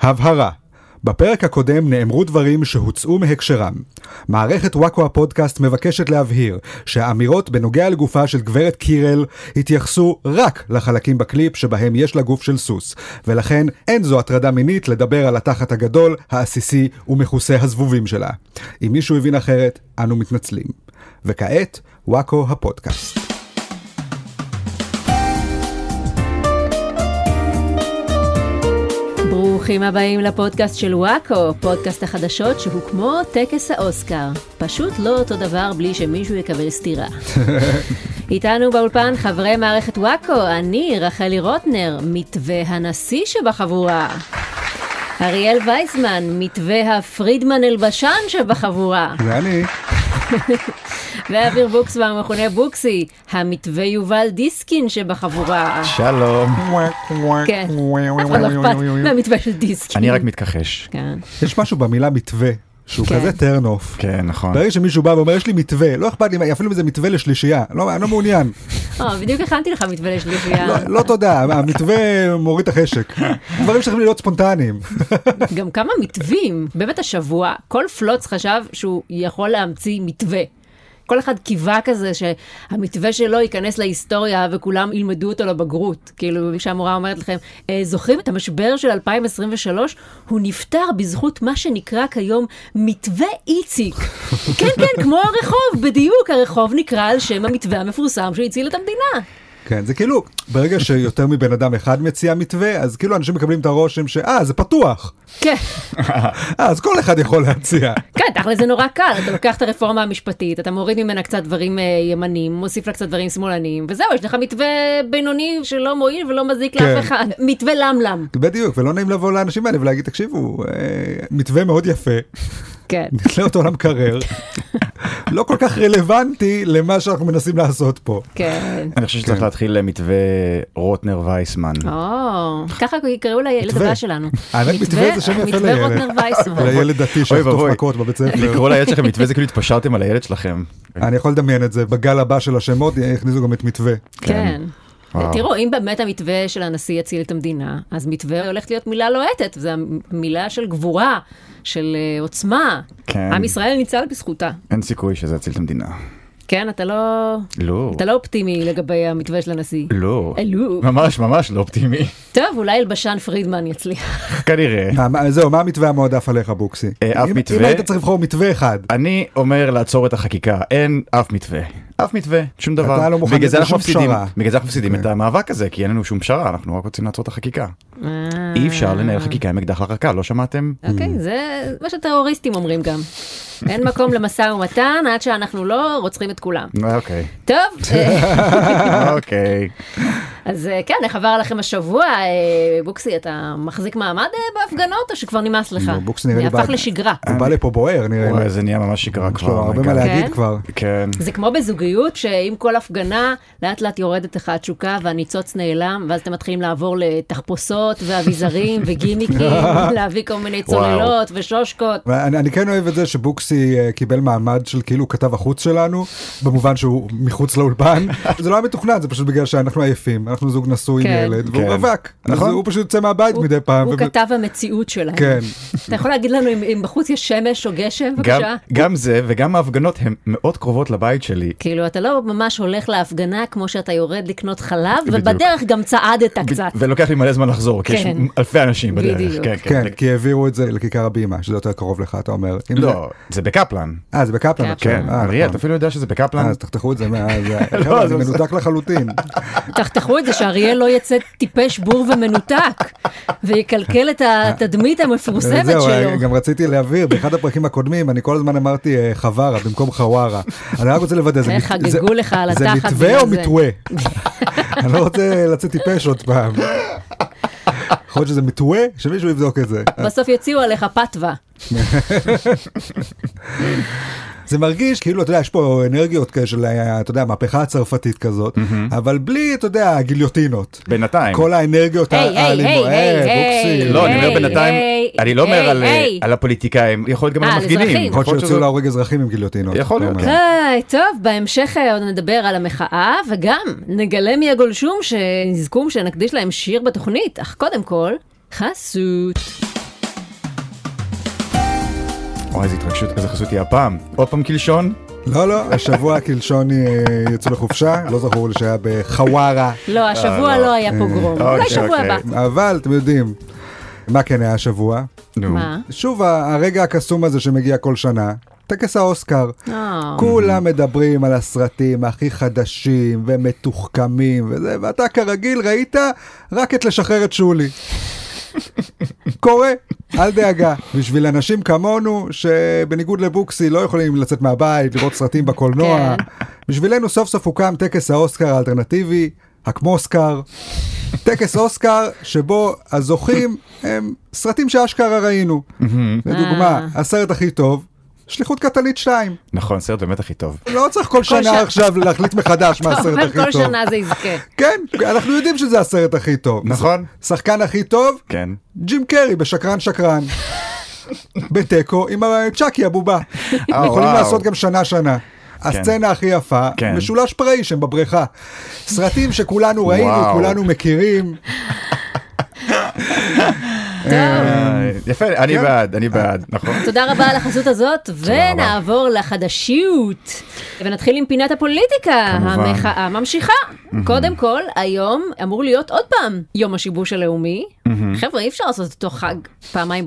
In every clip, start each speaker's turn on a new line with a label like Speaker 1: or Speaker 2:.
Speaker 1: הבהרה בפרק הקודם נאמרו דברים שהוצאו מהקשרם. מערכת וואקו הפודקאסט מבקשת להבהיר שהאמירות בנוגע לגופה של גברת קירל התייחסו רק לחלקים בקליפ שבהם יש לה גוף של סוס, ולכן אין זו הטרדה מינית לדבר על התחת הגדול, העסיסי ומכוסה הזבובים שלה. אם מישהו הבין אחרת, אנו מתנצלים. וכעת, וואקו הפודקאסט.
Speaker 2: ברוכים הבאים לפודקאסט של וואקו, פודקאסט החדשות שהוא כמו טקס האוסקר. פשוט לא אותו דבר בלי שמישהו יקבל סטירה. איתנו באולפן חברי מערכת וואקו, אני רחלי רוטנר, מתווה הנשיא שבחבורה. אריאל וייסמן, מתווה הפרידמן אלבשן שבחבורה.
Speaker 1: זה אני.
Speaker 2: ואביר בוקסמן, מכונה בוקסי, המתווה יובל דיסקין שבחבורה.
Speaker 3: שלום.
Speaker 2: כן, אף אחד לא אכפת מהמתווה של דיסקין.
Speaker 3: אני רק מתכחש.
Speaker 2: כן.
Speaker 1: יש משהו במילה מתווה, שהוא
Speaker 2: כן.
Speaker 1: כזה טרנוף.
Speaker 3: כן, נכון.
Speaker 1: ברגע שמישהו בא ואומר יש לי מתווה, לא אכפת לי, מה- אפילו אם זה מתווה לשלישייה, לא, אני לא מעוניין,
Speaker 2: אה, בדיוק הכנתי לך מתווה לשלישייה.
Speaker 1: לא, לא תודה, המתווה מוריד את החשק. דברים שצריכים להיות ספונטניים.
Speaker 2: גם כמה מתווים. באמת השבוע, כל פלוץ חשב שהוא יכול להמציא מתווה. כל אחד קיווה כזה שהמתווה שלו ייכנס להיסטוריה וכולם ילמדו אותו לבגרות. כאילו, שהמורה אומרת לכם, "אה, זוכרים את המשבר של 2023? הוא נפתר בזכות מה שנקרא כיום מתווה איציק. כן, כן, כמו הרחוב, בדיוק, הרחוב נקרא על שם המתווה המפורסם שהציל את המדינה.
Speaker 1: כן, זה כאילו, ברגע שיותר מבן אדם אחד מציע מתווה, אז כאילו אנשים מקבלים את הרושם שאה, זה פתוח.
Speaker 2: כן.
Speaker 1: אה, אז כל אחד יכול להציע.
Speaker 2: כן, תכל'ס זה נורא קל, אתה לוקח את הרפורמה המשפטית, אתה מוריד ממנה קצת דברים אה, ימניים, מוסיף לה קצת דברים שמאלניים, וזהו, יש לך מתווה בינוני שלא מועיל ולא מזיק
Speaker 1: כן.
Speaker 2: לאף אחד, מתווה למלם.
Speaker 1: בדיוק, ולא נעים לבוא לאנשים האלה ולהגיד, תקשיבו, אה, מתווה מאוד יפה,
Speaker 2: כן.
Speaker 1: נתלה אותו למקרר, לא כל כך רלוונטי למה שאנחנו מנסים לעשות פה.
Speaker 2: כן.
Speaker 3: אני חושב שצריך להתחיל למתווה רוטנר וייסמן.
Speaker 2: או, ככה יקראו לילד
Speaker 1: מתווה.
Speaker 2: הבא שלנו.
Speaker 1: האמת, מתווה זה שם יפה
Speaker 2: מתווה
Speaker 1: לילד.
Speaker 2: רוטנר וייסמן.
Speaker 1: לילד דתי שיחטוף
Speaker 3: ואבוי.
Speaker 1: מכות בבית ספר.
Speaker 3: לקרוא לילד שלכם מתווה זה כאילו התפשרתם על הילד שלכם.
Speaker 1: אני יכול לדמיין את זה, בגל הבא של השמות יכניסו גם את מתווה.
Speaker 2: כן.
Speaker 3: וואו.
Speaker 2: תראו, אם באמת המתווה של הנשיא יציל את המדינה, אז מתווה הולכת להיות מילה לוהטת, זו מילה של גבורה, של אה, עוצמה.
Speaker 3: כן.
Speaker 2: עם ישראל ניצל בזכותה.
Speaker 3: אין סיכוי שזה יציל את המדינה.
Speaker 2: כן, אתה לא...
Speaker 3: לא.
Speaker 2: אתה לא אה, אופטימי לגבי המתווה של הנשיא.
Speaker 3: לא.
Speaker 2: אלו.
Speaker 3: ממש ממש לא אופטימי.
Speaker 2: טוב, אולי אלבשן פרידמן יצליח.
Speaker 3: כנראה.
Speaker 1: מה- אה, מה- זהו, מה המתווה המועדף עליך, בוקסי?
Speaker 3: אה, אף
Speaker 1: אם- אם
Speaker 3: מתווה.
Speaker 1: היית צריך לבחור מתווה אחד,
Speaker 3: אני אומר לעצור את החקיקה, אין אף מתווה. אף מתווה, שום דבר.
Speaker 1: אתה לא מוכן
Speaker 3: בגלל זה
Speaker 1: לשום
Speaker 3: אנחנו מפסידים,
Speaker 1: פשרה. אוקיי.
Speaker 3: בגלל זה אנחנו מפסידים את המאבק הזה, כי אין לנו שום פשרה, אנחנו רק רוצים לעצור את החקיקה.
Speaker 2: אה.
Speaker 1: אה,
Speaker 3: אי אפשר לנהל חקיקה עם אקדח לרקה, לא שמעתם?
Speaker 2: אוקיי, זה מה שטרוריסטים אומרים גם. אין מקום למשא ומתן עד שאנחנו לא רוצחים את כולם.
Speaker 3: אוקיי.
Speaker 2: טוב, אה,
Speaker 3: אוקיי.
Speaker 2: אז אה, כן, איך עבר לכם השבוע? אה, בוקסי, אתה מחזיק מעמד אה, בהפגנות או שכבר נמאס לך?
Speaker 1: לא, בוקסי נראה לי
Speaker 2: הפך
Speaker 1: בא-
Speaker 2: לשגרה.
Speaker 1: הוא בא לפה בוער, נראה לי.
Speaker 3: וואי, זה נהיה ממש שגרה
Speaker 1: יש לו
Speaker 3: כבר. oh
Speaker 1: הרבה
Speaker 3: my
Speaker 1: מה
Speaker 3: God.
Speaker 1: להגיד
Speaker 2: כן?
Speaker 1: כבר.
Speaker 3: כן.
Speaker 2: זה כמו בזוגיות, שעם כל הפגנה, לאט לאט יורדת לך התשוקה והניצוץ נעלם, ואז אתם מתחילים לעבור לתחפושות ואביזרים וגימיקים, להביא כל מיני צוללות ושושקות.
Speaker 1: ואני- אני כן אוהב את זה שבוקסי אה, קיבל מעמד של כאילו כתב החוץ שלנו, במובן שהוא מחוץ לאולפן. זה לא היה מתוכנן, זה פשוט בגלל שאנחנו עייפים, אנחנו זוג נשוי עם
Speaker 2: כן.
Speaker 1: ילד, והוא
Speaker 3: כן.
Speaker 1: רווק. נכון.
Speaker 3: נכון.
Speaker 1: הוא פשוט יוצא מהבית
Speaker 2: הוא-
Speaker 1: מדי פעם.
Speaker 2: הוא
Speaker 1: וב-
Speaker 2: כתב המציאות שלהם.
Speaker 1: כן.
Speaker 2: אתה יכול להגיד לנו אם- אם בחוץ יש שמש או גשם,
Speaker 3: גם-
Speaker 2: בבקשה?
Speaker 3: גם זה וגם ההפגנות הן מאוד קרובות לבית שלי.
Speaker 2: כאילו, אתה לא ממש הולך להפגנה כמו שאתה יורד לקנות חלב,
Speaker 3: בדיוק.
Speaker 2: ובדרך גם צעדת
Speaker 3: ב-
Speaker 2: קצת.
Speaker 3: ולוקח לי מלא זמן לחזור, כי יש
Speaker 2: כן.
Speaker 3: אלפי אנשים
Speaker 2: בדיוק.
Speaker 3: בדרך. כן, כן.
Speaker 1: כן, כי העבירו את זה לכיכר הבימה, שזה יותר קרוב לך, אתה אומר. אם זה-
Speaker 3: לא, זה בקפלן.
Speaker 1: אה, זה בקפלן
Speaker 2: כן.
Speaker 1: עכשיו.
Speaker 3: כן,
Speaker 1: אה,
Speaker 3: אריאל,
Speaker 1: נכון.
Speaker 3: אתה אפילו יודע שזה בקפלן?
Speaker 1: אה, אז תחתכו את זה מה... זה-
Speaker 3: לא,
Speaker 1: חבר'ה, זה
Speaker 3: זה בסדר.
Speaker 1: מנותק לחלוטין.
Speaker 2: תחתכו את זה שאריאל לא יצא טיפש בור ומנותק, ויקלקל את התדמית המפורסמת
Speaker 1: אה, זהו,
Speaker 2: שלו.
Speaker 1: גם רציתי להבהיר, באחד הפרקים הקודמים אני כל הזמן אמרתי אה, חווארה במקום חווארה. אני רק רוצה לוודא, זה
Speaker 2: אה,
Speaker 1: מת-
Speaker 2: חגגו
Speaker 1: זה-
Speaker 2: לך על
Speaker 1: זה
Speaker 2: התחת
Speaker 1: מתווה
Speaker 2: בגלל
Speaker 1: או
Speaker 2: זה.
Speaker 1: מתווה? אני לא רוצה לצאת טיפש עוד פעם. יכול להיות שזה מתווה, שמישהו יבדוק את זה.
Speaker 2: בסוף יוציאו עליך פתווה.
Speaker 1: זה מרגיש כאילו, אתה יודע, יש פה אנרגיות כאלה של, אה, אתה יודע, המהפכה הצרפתית כזאת, אבל בלי, אתה יודע, הגיליוטינות.
Speaker 3: בינתיים.
Speaker 1: כל האנרגיות
Speaker 2: היי, היי,
Speaker 1: האלימות,
Speaker 2: היי,
Speaker 1: אה,
Speaker 2: היי,
Speaker 1: בוקסי.
Speaker 3: לא, אני
Speaker 2: היי,
Speaker 3: אומר בינתיים,
Speaker 2: היי,
Speaker 3: אני לא
Speaker 2: היי,
Speaker 3: אומר על, אה,
Speaker 2: היי.
Speaker 3: על הפוליטיקאים, יכול להיות גם
Speaker 2: אה,
Speaker 3: על
Speaker 2: על אזרחים.
Speaker 3: המפגינים.
Speaker 1: יכול להיות לא- שיוצאו
Speaker 3: שזה-
Speaker 1: להורג אזרחים עם גיליוטינות.
Speaker 3: יכול
Speaker 1: אתה
Speaker 3: להיות,
Speaker 1: אומר.
Speaker 3: כן.
Speaker 2: היי, טוב, בהמשך אה, עוד נדבר על המחאה, וגם נגלה מי הגולשום שנזכום שנקדיש להם שיר בתוכנית, אך קודם כל, חסות.
Speaker 3: וואי, איזה התרגשות, איזה חסות היא הפעם. עוד פעם קלשון?
Speaker 1: לא, לא, השבוע קלשון אה, יצאו לחופשה, לא זכור לי שהיה בחווארה,
Speaker 2: לא, השבוע לא היה פוגרום.
Speaker 3: אוקיי,
Speaker 2: אולי שבוע
Speaker 3: אוקיי.
Speaker 2: הבא.
Speaker 1: אבל אתם יודעים, מה כן היה השבוע?
Speaker 3: נו.
Speaker 2: מה?
Speaker 1: שוב ה- הרגע הקסום הזה שמגיע כל שנה, טקס האוסקר.
Speaker 2: אה,
Speaker 1: כולם מדברים על הסרטים הכי חדשים ומתוחכמים וזה, ואתה כרגיל ראית רק את לשחרר את שולי. קורה, אל דאגה. בשביל אנשים כמונו, שבניגוד לבוקסי לא יכולים לצאת מהבית, לראות סרטים בקולנוע, בשבילנו סוף סוף הוקם טקס האוסקר האלטרנטיבי, הקמוסקר. טקס אוסקר שבו הזוכים הם סרטים שאשכרה ראינו. לדוגמה, הסרט הכי טוב, שליחות קטלית 2.
Speaker 3: נכון, סרט באמת הכי טוב.
Speaker 1: לא צריך כל שנה
Speaker 2: שנה.
Speaker 1: עכשיו להחליט מחדש מה
Speaker 2: אתה
Speaker 1: הסרט
Speaker 2: אומר כל
Speaker 1: הכי טוב.
Speaker 2: שנה זה יזכה.
Speaker 1: כן, אנחנו יודעים שזה הסרט הכי טוב.
Speaker 3: נכון.
Speaker 1: שחקן הכי טוב,
Speaker 3: כן.
Speaker 1: ג'ים קרי בשקרן שקרן. בתיקו עם ה- צ'אקי הבובה. אנחנו יכולים
Speaker 3: אה, וואו.
Speaker 1: לעשות גם שנה שנה. הסצנה הכי יפה,
Speaker 3: כן.
Speaker 1: משולש פראי שם בבריכה. סרטים שכולנו ראינו,
Speaker 3: וואו.
Speaker 1: כולנו מכירים.
Speaker 3: אה, יפה, אני
Speaker 1: כן.
Speaker 3: בעד, אני בעד,
Speaker 1: אה,
Speaker 3: נכון.
Speaker 2: תודה רבה על החסות הזאת, ונעבור לחדשיות. ונתחיל עם פינת הפוליטיקה.
Speaker 3: כמובן.
Speaker 2: המחאה ממשיכה. קודם כל, היום אמור להיות עוד פעם יום השיבוש הלאומי. חבר'ה, אי אפשר לעשות אותו חג פעמיים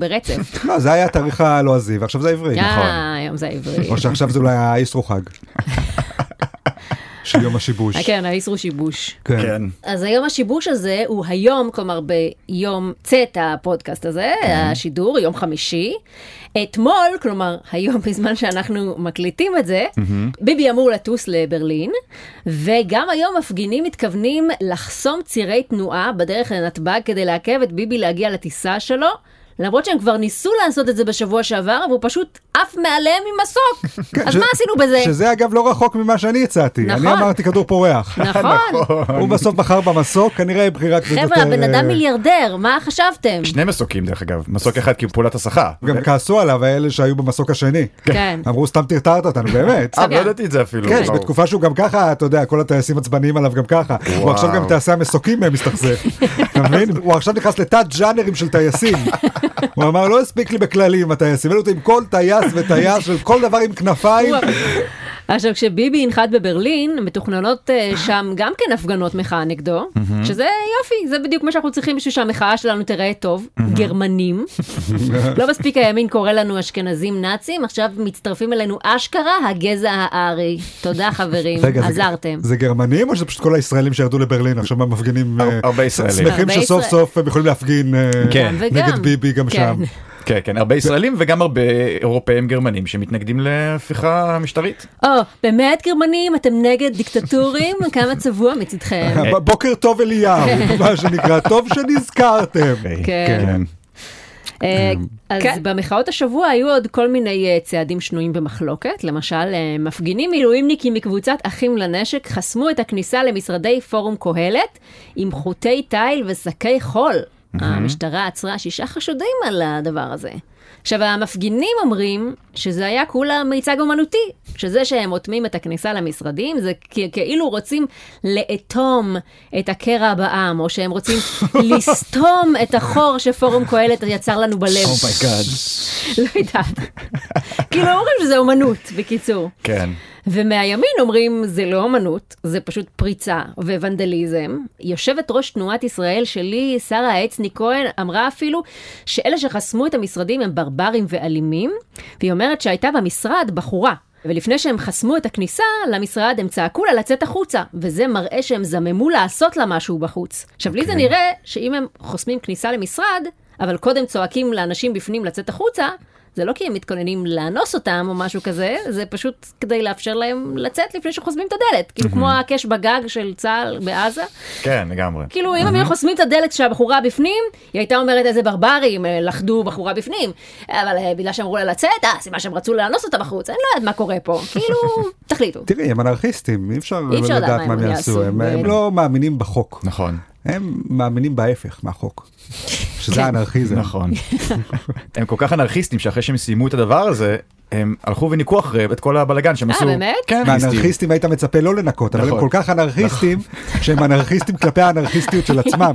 Speaker 2: ברצף.
Speaker 1: לא, זה היה התאריך הלועזי, ועכשיו זה העברי.
Speaker 2: אה, היום זה העברי.
Speaker 1: או שעכשיו זה אולי האיסרו חג. של יום השיבוש.
Speaker 2: אה, כן, האיסרו שיבוש.
Speaker 1: כן.
Speaker 3: כן.
Speaker 2: אז היום השיבוש הזה הוא היום, כלומר ביום צאת הפודקאסט הזה,
Speaker 1: כן.
Speaker 2: השידור, יום חמישי. אתמול, כלומר היום בזמן שאנחנו מקליטים את זה, ביבי אמור לטוס לברלין, וגם היום מפגינים מתכוונים לחסום צירי תנועה בדרך לנתב"ג כדי לעכב את ביבי להגיע לטיסה שלו. למרות שהם כבר ניסו לעשות את זה בשבוע שעבר, והוא פשוט עף מעליהם עם מסוק.
Speaker 1: כן,
Speaker 2: אז
Speaker 1: ש-
Speaker 2: מה עשינו בזה?
Speaker 1: שזה אגב לא רחוק ממה שאני הצעתי.
Speaker 2: נכון.
Speaker 1: אני אמרתי כדור פורח.
Speaker 2: נכון.
Speaker 1: הוא בסוף בחר במסוק, כנראה בחירה קצת יותר...
Speaker 2: חבר'ה, הבן
Speaker 1: אה,
Speaker 2: אדם מיליארדר, מה חשבתם?
Speaker 3: שני מסוקים דרך אגב, מסוק אחד כי הוא פעולת אה, הסחה.
Speaker 1: גם כעסו עליו האלה שהיו במסוק השני.
Speaker 2: כן.
Speaker 1: אמרו סתם טרטרת אותנו, באמת.
Speaker 3: אה, לא ידעתי את זה אפילו.
Speaker 1: כן,
Speaker 3: וואו.
Speaker 1: בתקופה שהוא גם ככה, אתה יודע, כל הטייסים עצבניים עליו גם ככה. הוא עכשיו גם טייסי המסוקים מהם מסתכסך. אתה מבין? הוא עכשיו נכנס לתת ג'אנרים של טייסים. הוא אמר, לא הספיק לי בכללים הטייסים, העלו אותי עם כל טייס וטייס של כל דבר עם כנפיים.
Speaker 2: עכשיו, כשביבי ינחת בברלין, מתוכננות אה, שם גם כן הפגנות מחאה נגדו, שזה יופי, זה בדיוק מה שאנחנו צריכים בשביל שהמחאה שלנו תראה טוב. גרמנים. לא מספיק הימין קורא לנו אשכנזים נאצים, עכשיו מצטרפים אלינו אשכרה הגזע הארי. תודה חברים,
Speaker 1: רגע, זה-
Speaker 2: עזרתם.
Speaker 1: זה גרמנים או שזה פשוט כל הישראלים שירדו לברלין עכשיו הם מפגינים?
Speaker 3: הר-
Speaker 1: אה,
Speaker 3: הרבה ישראלים.
Speaker 1: שמחים
Speaker 2: הרבה
Speaker 1: שסוף
Speaker 2: ישראל-
Speaker 1: סוף הם יכולים להפגין אה,
Speaker 3: כן.
Speaker 1: נגד
Speaker 2: וגם.
Speaker 1: ביבי גם
Speaker 2: כן.
Speaker 1: שם.
Speaker 3: כן, כן, הרבה ישראלים וגם הרבה אירופאים גרמנים שמתנגדים להפיכה משטרית.
Speaker 2: או, באמת גרמנים, אתם נגד דיקטטורים? כמה צבוע מצדכם.
Speaker 3: אה,
Speaker 1: ב- בוקר טוב אליהו, מה שנקרא, טוב שנזכרתם.
Speaker 2: כן. אה, אז במחאות השבוע היו עוד כל מיני אה, צעדים שנויים במחלוקת. למשל, אה, מפגינים מילואימניקים מקבוצת אחים לנשק חסמו את הכניסה למשרדי פורום קהלת עם חוטי תיל ושקי חול. המשטרה עצרה שישה חשודים על הדבר הזה. עכשיו, המפגינים אומרים שזה היה כולה מיצג אומנותי, שזה שהם אוטמים את הכניסה למשרדים, זה כ- כאילו רוצים לאטום את הקרע בעם, או שהם רוצים לסתום את החור שפורום קהלת יצר לנו בלב.
Speaker 3: אומייגאד.
Speaker 2: לא יודעת. כאילו אומרים שזה אומנות, בקיצור.
Speaker 3: כן.
Speaker 2: ומהימין אומרים, זה לא אומנות, זה פשוט פריצה וונדליזם. יושבת ראש תנועת ישראל שלי, שרה העצני כהן, אמרה אפילו שאלה שחסמו את המשרדים הם ברברים ואלימים, והיא אומרת שהייתה במשרד בחורה. ולפני שהם חסמו את הכניסה למשרד, הם צעקו לה לצאת החוצה, וזה מראה שהם זממו לעשות לה משהו בחוץ. עכשיו, לי זה נראה שאם הם חוסמים כניסה למשרד, אבל קודם צועקים לאנשים בפנים לצאת החוצה, זה לא כי הם מתכוננים לאנוס אותם או משהו כזה, זה פשוט כדי לאפשר להם לצאת לפני שחוסמים את הדלת. כאילו כמו הקש בגג של צה"ל בעזה.
Speaker 3: כן, לגמרי.
Speaker 2: כאילו אם הם היו חוסמים את הדלת כשהבחורה בפנים, היא הייתה אומרת איזה ברברים, אה, לכדו בחורה בפנים. אבל אה, בגלל שאמרו לה לצאת, אה, סימן שהם רצו לאנוס אותה בחוץ, אני לא יודעת מה קורה פה. כאילו, תחליטו.
Speaker 1: תראי, הם אנרכיסטים, אי אפשר
Speaker 2: אי אפשר
Speaker 1: לדעת מה הם יעשו. הם- הם
Speaker 2: בדיוק.
Speaker 1: לא מאמינים בחוק,
Speaker 3: נכון.
Speaker 1: הם מאמינים בהפך מהחוק, שזה האנרכיזם.
Speaker 3: כן. נכון. הם כל כך אנרכיסטים שאחרי שהם סיימו את הדבר הזה, הם הלכו וניקו אחריהם את כל הבלגן שהם
Speaker 2: אה,
Speaker 3: עשו.
Speaker 2: באמת?
Speaker 3: כן, אנרכיסטים.
Speaker 1: ואנרכיסטים היית מצפה לא לנקות, אבל הם
Speaker 3: נכון.
Speaker 1: כל כך
Speaker 2: נכון.
Speaker 1: אנרכיסטים, שהם אנרכיסטים כלפי האנרכיסטיות של עצמם.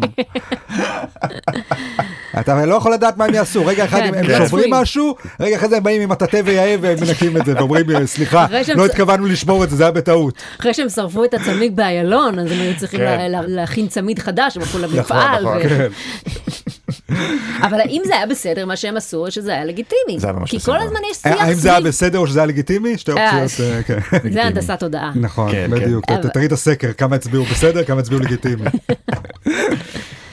Speaker 1: אתה לא יכול לדעת מה הם יעשו, רגע אחד
Speaker 2: כן,
Speaker 1: הם הם
Speaker 2: כן.
Speaker 1: שוברים
Speaker 2: צפויים.
Speaker 1: משהו, רגע אחרי זה הם באים עם מטאטא ויאה ומנקים את זה, ואומרים סליחה,
Speaker 2: אחרי שהם
Speaker 1: לא
Speaker 2: צ-
Speaker 1: התכוונו לשבור את זה, זה היה בטעות.
Speaker 2: אחרי שהם שרפו את הצמיג באיילון, אז הם היו צריכים
Speaker 3: כן.
Speaker 2: לה- לה- להכין צמיד חדש, הם הלכו
Speaker 3: נכון,
Speaker 2: למפעל.
Speaker 3: נכון.
Speaker 2: ו-
Speaker 1: כן.
Speaker 2: אבל האם זה היה בסדר מה שהם עשו, או שזה היה לגיטימי?
Speaker 3: זה היה ממש
Speaker 2: כי
Speaker 3: בסדר.
Speaker 2: כל הזמן יש שיח
Speaker 1: כן. אה, האם זה היה
Speaker 2: סביב...
Speaker 1: בסדר או שזה היה לגיטימי? שתי
Speaker 2: אה,
Speaker 1: אופציות, אה, כן.
Speaker 2: זה
Speaker 3: לגיטימי.
Speaker 2: הנדסת תודעה.
Speaker 1: נכון,
Speaker 3: כן, כן.
Speaker 1: בדיוק. ת-
Speaker 2: אבל-
Speaker 1: תראי את הסקר, כמה הצביעו בסדר, כמה הצביעו לגיטימי.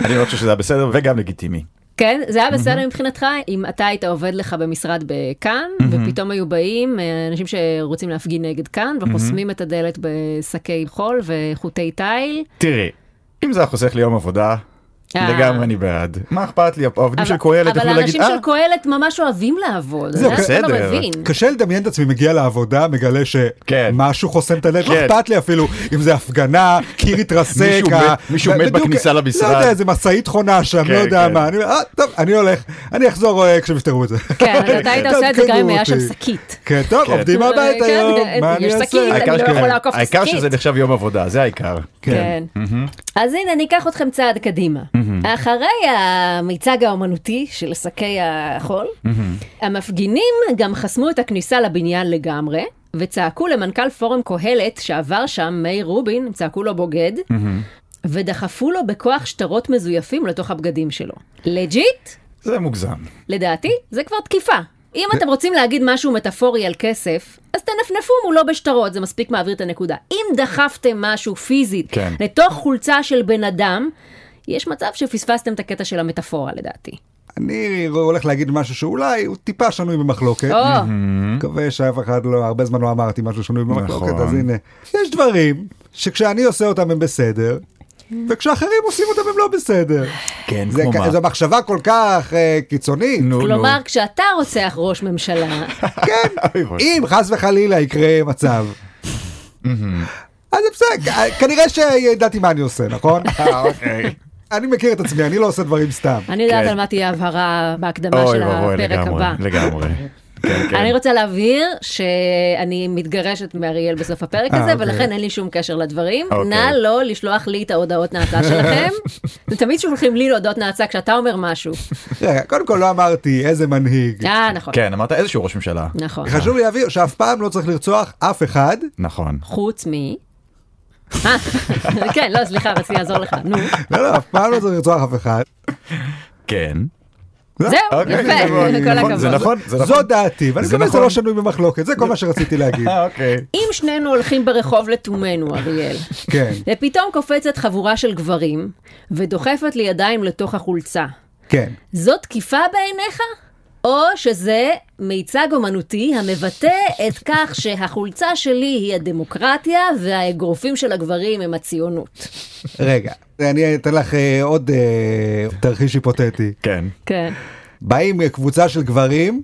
Speaker 3: אני לא חושב שזה היה בסדר וגם לגיטימי.
Speaker 2: כן, זה היה בסדר מבחינתך אם אתה היית עובד לך במשרד בכאן, ופתאום היו באים אה, אנשים שרוצים להפגין נגד כאן, וחוסמים את הדלת בשקי חול וחוטי תיל.
Speaker 3: תראי, אם זה היה חוסך לי יום עבודה,
Speaker 2: אה.
Speaker 3: לגמרי אני בעד. מה אכפת לי, העובדים של
Speaker 2: אבל-
Speaker 3: קהלת
Speaker 2: אבל
Speaker 3: יכלו להגיד,
Speaker 2: האנשים
Speaker 3: אה,
Speaker 2: של קהלת ממש אוהבים לעבוד,
Speaker 1: זהו,
Speaker 2: זה אף אחד לא
Speaker 3: בסדר.
Speaker 2: מבין.
Speaker 1: קשה לדמיין את עצמי מגיע לעבודה, מגלה
Speaker 3: כן.
Speaker 1: שמשהו חוסם את הדלת, לא
Speaker 3: כן.
Speaker 1: אכפת לי אפילו אם זה הפגנה, קיר התרסק.
Speaker 3: מישהו
Speaker 1: ה-
Speaker 3: מת- מישהו
Speaker 1: ב-
Speaker 3: מת
Speaker 1: בדיוק,
Speaker 3: בכניסה למשרד.
Speaker 1: לא יודע, איזה משאית חונה שם,
Speaker 3: כן,
Speaker 1: לא יודע
Speaker 3: כן.
Speaker 1: מה. אני אומר, "אה, טוב, אני הולך, אני אחזור אה, כשהם יפתרו את זה.
Speaker 2: כן, אתה היית
Speaker 1: טוב,
Speaker 2: עושה את זה גם אם
Speaker 1: קנו
Speaker 2: היה שם
Speaker 1: אותי.
Speaker 2: שקית.
Speaker 1: כן, טוב,
Speaker 3: כן.
Speaker 1: עובדים מהבית
Speaker 2: כן,
Speaker 1: היום,
Speaker 2: אה,
Speaker 1: מה
Speaker 2: יש
Speaker 1: אני אעשה?
Speaker 2: שקית,
Speaker 3: העיקר
Speaker 2: אני לא
Speaker 3: ש-
Speaker 2: יכול לעקוף את
Speaker 3: העיקר
Speaker 2: השקית.
Speaker 3: שזה נחשב יום עבודה, זה העיקר.
Speaker 2: כן. אז הנה, אני אקח אתכם צעד קדימה. אחרי המיצג האומנותי של שקי החול, המפגינים גם חסמו את הכניסה לבניין לגמרי, וצעקו למנכ"ל פורום קהלת שעבר שם, מאיר רובין, הם צעקו לו בוגד, ודחפו לו בכוח שטרות מזויפים לתוך הבגדים שלו. לג'יט?
Speaker 3: זה מוגזם.
Speaker 2: לדעתי, זה כבר תקיפה. אם אתם רוצים להגיד משהו מטאפורי על כסף, אז תנפנפו מולו בשטרות, זה מספיק מעביר את הנקודה. אם דחפתם משהו פיזית
Speaker 3: כן.
Speaker 2: לתוך חולצה של בן אדם, יש מצב שפספסתם את הקטע של המטאפורה לדעתי.
Speaker 1: אני הולך להגיד משהו שאולי הוא טיפה שנוי במחלוקת.
Speaker 3: אה,
Speaker 2: או,
Speaker 3: לא, Mm-hmm.
Speaker 1: מקווה שאף אחד לא, הרבה זמן לא אמרתי משהו שנוי במחלוקת,
Speaker 3: נכון.
Speaker 1: אז הנה. יש דברים שכשאני עושה אותם הם בסדר, וכשאחרים עושים אותם הם לא בסדר.
Speaker 3: כן,
Speaker 1: זה
Speaker 3: כמו
Speaker 1: כ-
Speaker 3: מה?
Speaker 1: זו מחשבה כל כך אה, קיצונית.
Speaker 3: נו, נו.
Speaker 2: כלומר, כשאתה רוצח ראש ממשלה,
Speaker 3: אוי Mm-hmm. ואבוי.
Speaker 1: כן, אם חס וחלילה יקרה מצב. אז זה בסדר, כ- אה, כנראה שידעתי מה אני עושה, נכון?
Speaker 3: אה, אוקיי.
Speaker 1: אני מכיר את עצמי, אני לא עושה דברים סתם.
Speaker 2: אני יודעת
Speaker 3: כן.
Speaker 2: על מה תהיה הבהרה בהקדמה
Speaker 3: אוי
Speaker 2: של
Speaker 3: ואבוי,
Speaker 2: הפרק
Speaker 3: לגמרי,
Speaker 2: הבא.
Speaker 3: לגמרי. כן, כן.
Speaker 2: אני רוצה להבהיר שאני מתגרשת מאריאל בסוף הפרק
Speaker 1: אה,
Speaker 2: הזה,
Speaker 1: אוקיי.
Speaker 2: ולכן אין לי שום קשר לדברים.
Speaker 3: אוקיי.
Speaker 2: נא לא לשלוח לי את ההודעות נאצה שלכם. זה תמיד שולחים לי להודות נאצה כשאתה אומר משהו.
Speaker 1: רגע, קודם כל לא אמרתי איזה מנהיג.
Speaker 2: אה, נכון.
Speaker 3: כן, אמרת איזשהו ראש ממשלה.
Speaker 2: נכון.
Speaker 1: חשוב לי להבהיר שאף פעם לא צריך לרצוח אף אחד.
Speaker 3: נכון.
Speaker 2: חוץ מ... אה, כן, לא, סליחה, רציתי לעזור לך, נו.
Speaker 1: לא, לא, אף פעם לא צריך לרצוח אף אחד.
Speaker 3: כן.
Speaker 2: זהו,
Speaker 3: אוקיי,
Speaker 2: יפה,
Speaker 3: זה מאוד-
Speaker 2: כל
Speaker 3: נכון, זה
Speaker 2: הכבוד.
Speaker 3: נכון, זה
Speaker 1: זו
Speaker 3: נכון.
Speaker 1: דעתי, ואני
Speaker 3: זה
Speaker 1: מקווה שזה
Speaker 3: נכון.
Speaker 1: לא שנוי במחלוקת, זה כל מה שרציתי להגיד.
Speaker 3: אה, אוקיי.
Speaker 2: אם שנינו הולכים ברחוב לתומנו, אריאל,
Speaker 1: כן,
Speaker 2: ופתאום קופצת חבורה של גברים, ודוחפת לי ידיים לתוך החולצה.
Speaker 1: כן.
Speaker 2: זו תקיפה בעיניך? או שזה מיצג אומנותי המבטא את כך שהחולצה שלי היא הדמוקרטיה והאגרופים של הגברים הם הציונות.
Speaker 1: רגע, אני אתן לך אה, עוד אה, תרחיש היפותטי.
Speaker 3: כן.
Speaker 2: כן.
Speaker 1: באים אה, קבוצה של גברים,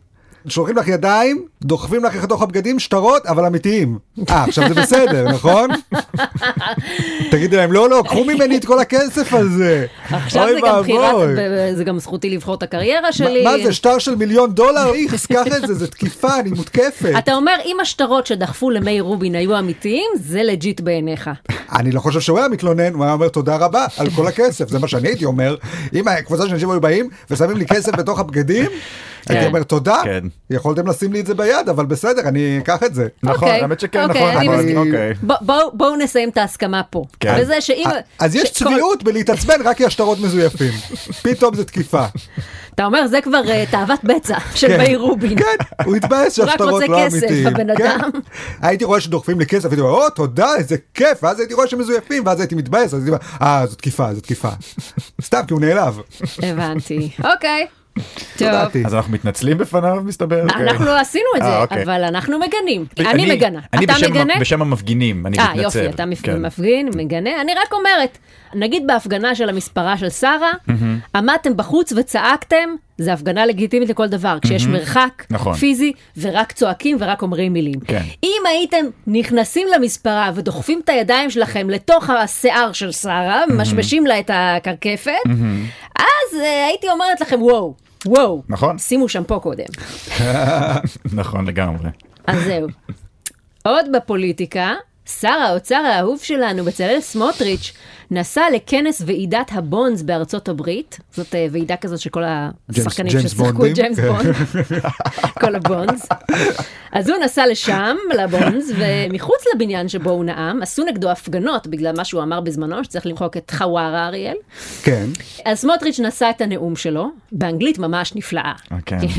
Speaker 1: שולחים לך ידיים, דוחפים לך לתוך הבגדים שטרות, אבל אמיתיים. אה, עכשיו זה בסדר, נכון? תגידי להם, לא, לא, קחו ממני את כל הכסף הזה.
Speaker 2: עכשיו
Speaker 1: אוי
Speaker 2: זה גם בחירת,
Speaker 1: ואבוי.
Speaker 2: ב- זה גם זכותי לבחור את הקריירה שלי.
Speaker 1: מה מה זה, שטר של מיליון דולר? איכס, קח את זה, זה תקיפה, אני מותקפת.
Speaker 2: אתה אומר, אם השטרות שדחפו למאיר רובין היו אמיתיים, זה לג'יט בעיניך.
Speaker 1: אני לא חושב שהוא היה מתלונן, הוא היה אומר תודה רבה על כל הכסף, זה מה שאני הייתי אומר. אם הקבוצה של אנשים היו באים ושמים לי כסף בתוך הבגדים, הייתי אומר תודה,
Speaker 3: כן.
Speaker 1: יכולתם לשים לי את זה ביד, אבל בסדר, אני אקח את זה.
Speaker 3: נכון,
Speaker 2: אוקיי,
Speaker 3: האמת שכן,
Speaker 2: אוקיי,
Speaker 3: נכון,
Speaker 2: אני
Speaker 3: נכון,
Speaker 1: מסכימה.
Speaker 3: אוקיי.
Speaker 2: ב- בואו בואו נסיים את ההסכמה פה.
Speaker 3: כן.
Speaker 2: וזה שאם...
Speaker 1: אז יש
Speaker 2: שכל-
Speaker 1: צביעות בלהתעצבן רק כי השטרות מזויפים. פתאום זה תקיפה.
Speaker 2: אתה אומר, זה כבר אה, תאוות בצע של
Speaker 1: כן.
Speaker 2: מאיר רובין.
Speaker 1: כן, הוא התבאס
Speaker 2: הוא רק
Speaker 1: שהשטרות
Speaker 2: רוצה
Speaker 1: לא
Speaker 2: כסף,
Speaker 1: אמיתיים.
Speaker 2: הבן
Speaker 1: כן.
Speaker 2: אדם.
Speaker 1: הייתי רואה שדוחפים לי כסף, הייתי אומר, או, תודה, איזה כיף, ואז הייתי רואה שהם מזויפים, ואז הייתי מתבאס, אז הייתי אומר, אה, זו תקיפה, זו תקיפה. סתם, כי הוא נעלב.
Speaker 2: הבנתי. אוקיי. טוב.
Speaker 1: הודעתי.
Speaker 3: אז אנחנו מתנצלים בפניו, מסתבר?
Speaker 2: אנחנו
Speaker 3: אוקיי.
Speaker 2: לא עשינו את
Speaker 3: אה,
Speaker 2: זה,
Speaker 3: אוקיי.
Speaker 2: אבל אנחנו מגנים. אני מגנה.
Speaker 3: אני
Speaker 2: אתה
Speaker 3: בשם-
Speaker 2: מגנה?
Speaker 3: בשם המפגינים, אני
Speaker 2: אה,
Speaker 3: מתנצל.
Speaker 2: יופי, אתה מפ-
Speaker 3: כן.
Speaker 2: מפגין, מגנה. אני רק אומרת, נגיד בהפגנה של המספרה של שרה, עמדתם בחוץ וצעקתם, זה הפגנה לגיטימית לכל דבר, כשיש מרחק
Speaker 3: נכון.
Speaker 2: פיזי ורק צועקים ורק אומרים מילים.
Speaker 3: כן.
Speaker 2: אם הייתם נכנסים למספרה ודוחפים את הידיים שלכם לתוך השיער של שרה, משמשים לה את הקרקפת, אז אה, הייתי אומרת לכם, וואו, וואו,
Speaker 3: נכון.
Speaker 2: שימו שמפו קודם.
Speaker 3: נכון, לגמרי.
Speaker 2: אז זהו. עוד בפוליטיקה, שר האוצר האהוב שלנו, בצלאל סמוטריץ', נסע לכנס ועידת הבונדס בארצות הברית, זאת אה, ועידה כזאת שכל השחקנים
Speaker 1: ג'יימס
Speaker 2: ששיחקו
Speaker 1: בונדים.
Speaker 2: את ג'יימס
Speaker 1: כן.
Speaker 2: בונד, כל הבונדס. אז הוא נסע לשם, לבונדס, ומחוץ לבניין שבו הוא נאם, עשו נגדו הפגנות בגלל מה שהוא אמר בזמנו, שצריך למחוק את חווארה אריאל.
Speaker 1: כן.
Speaker 2: אז סמוטריץ' נשא את הנאום שלו, באנגלית ממש נפלאה.
Speaker 3: אה, כן.
Speaker 2: כאילו,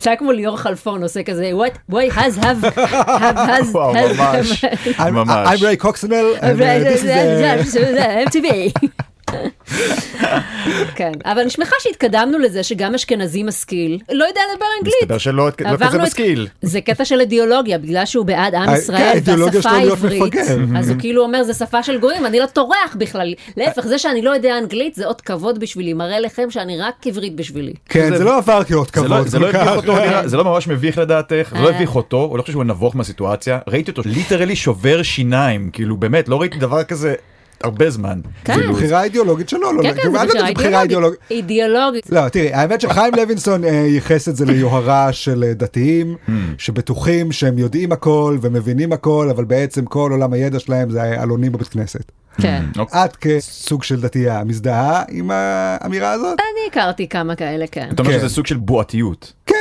Speaker 2: זה היה כמו ליאור חלפון עושה כזה, what, what has have, have has,
Speaker 3: וואו,
Speaker 2: has-
Speaker 3: ממש.
Speaker 1: I'm
Speaker 3: ממש.
Speaker 1: I'm Ray Coxnell, and uh, this is uh,
Speaker 2: MTV. כן, אבל אני שמחה שהתקדמנו לזה שגם אשכנזי משכיל, לא יודע לדבר
Speaker 3: מסתבר
Speaker 2: אנגלית.
Speaker 3: שלא לא כזה
Speaker 2: עברנו את-
Speaker 3: משכיל.
Speaker 2: זה קטע של אידיאולוגיה, בגלל שהוא בעד עם
Speaker 1: אה, כן,
Speaker 2: ישראל
Speaker 1: האידיאולוגיה
Speaker 2: והשפה
Speaker 1: שלו להיות
Speaker 2: העברית,
Speaker 1: מפגר.
Speaker 2: אז הוא כאילו אומר, זה שפה של גויים, אני לא טורח בכלל. להפך, זה שאני לא יודע אנגלית זה אות כבוד בשבילי, מראה לכם שאני רק עברית בשבילי.
Speaker 1: כן, זה לא עבר כאות
Speaker 3: זה לא-
Speaker 1: כבוד
Speaker 3: זה לא
Speaker 1: כל
Speaker 3: הביך
Speaker 1: כך. כן.
Speaker 3: אותו, נראה- זה לא ממש מביך לדעתך, זה לא
Speaker 2: אה.
Speaker 3: הביך אותו, הוא לא חושב שהוא נבוך מהסיטואציה, ראיתי אותו ליטרלי שובר שיניים, כאילו באמת, לא ראיתי דבר כזה הרבה זמן.
Speaker 2: כן.
Speaker 3: כאילו,
Speaker 1: בחירה האידיאולוגית שלו, לא,
Speaker 2: כן, כן,
Speaker 1: מה
Speaker 2: זה
Speaker 1: זאת אומרת בחירה אידיאולוגית.
Speaker 2: אידיאולוגית.
Speaker 1: לא, תראי, האמת שחיים לוינסון אה, ייחס את זה ליוהרה של אה, דתיים,
Speaker 3: Hmm.
Speaker 1: שבטוחים שהם יודעים הכל ומבינים הכל, אבל בעצם כל עולם הידע שלהם זה עלונים בבית כנסת.
Speaker 2: כן.
Speaker 3: אוקיי.
Speaker 1: את כסוג של דתייה מזדהה עם האמירה הזאת?
Speaker 2: אני הכרתי כמה כאלה, כן.
Speaker 3: אתה אומר
Speaker 1: כן.
Speaker 3: שזה סוג של בועתיות.
Speaker 1: כן.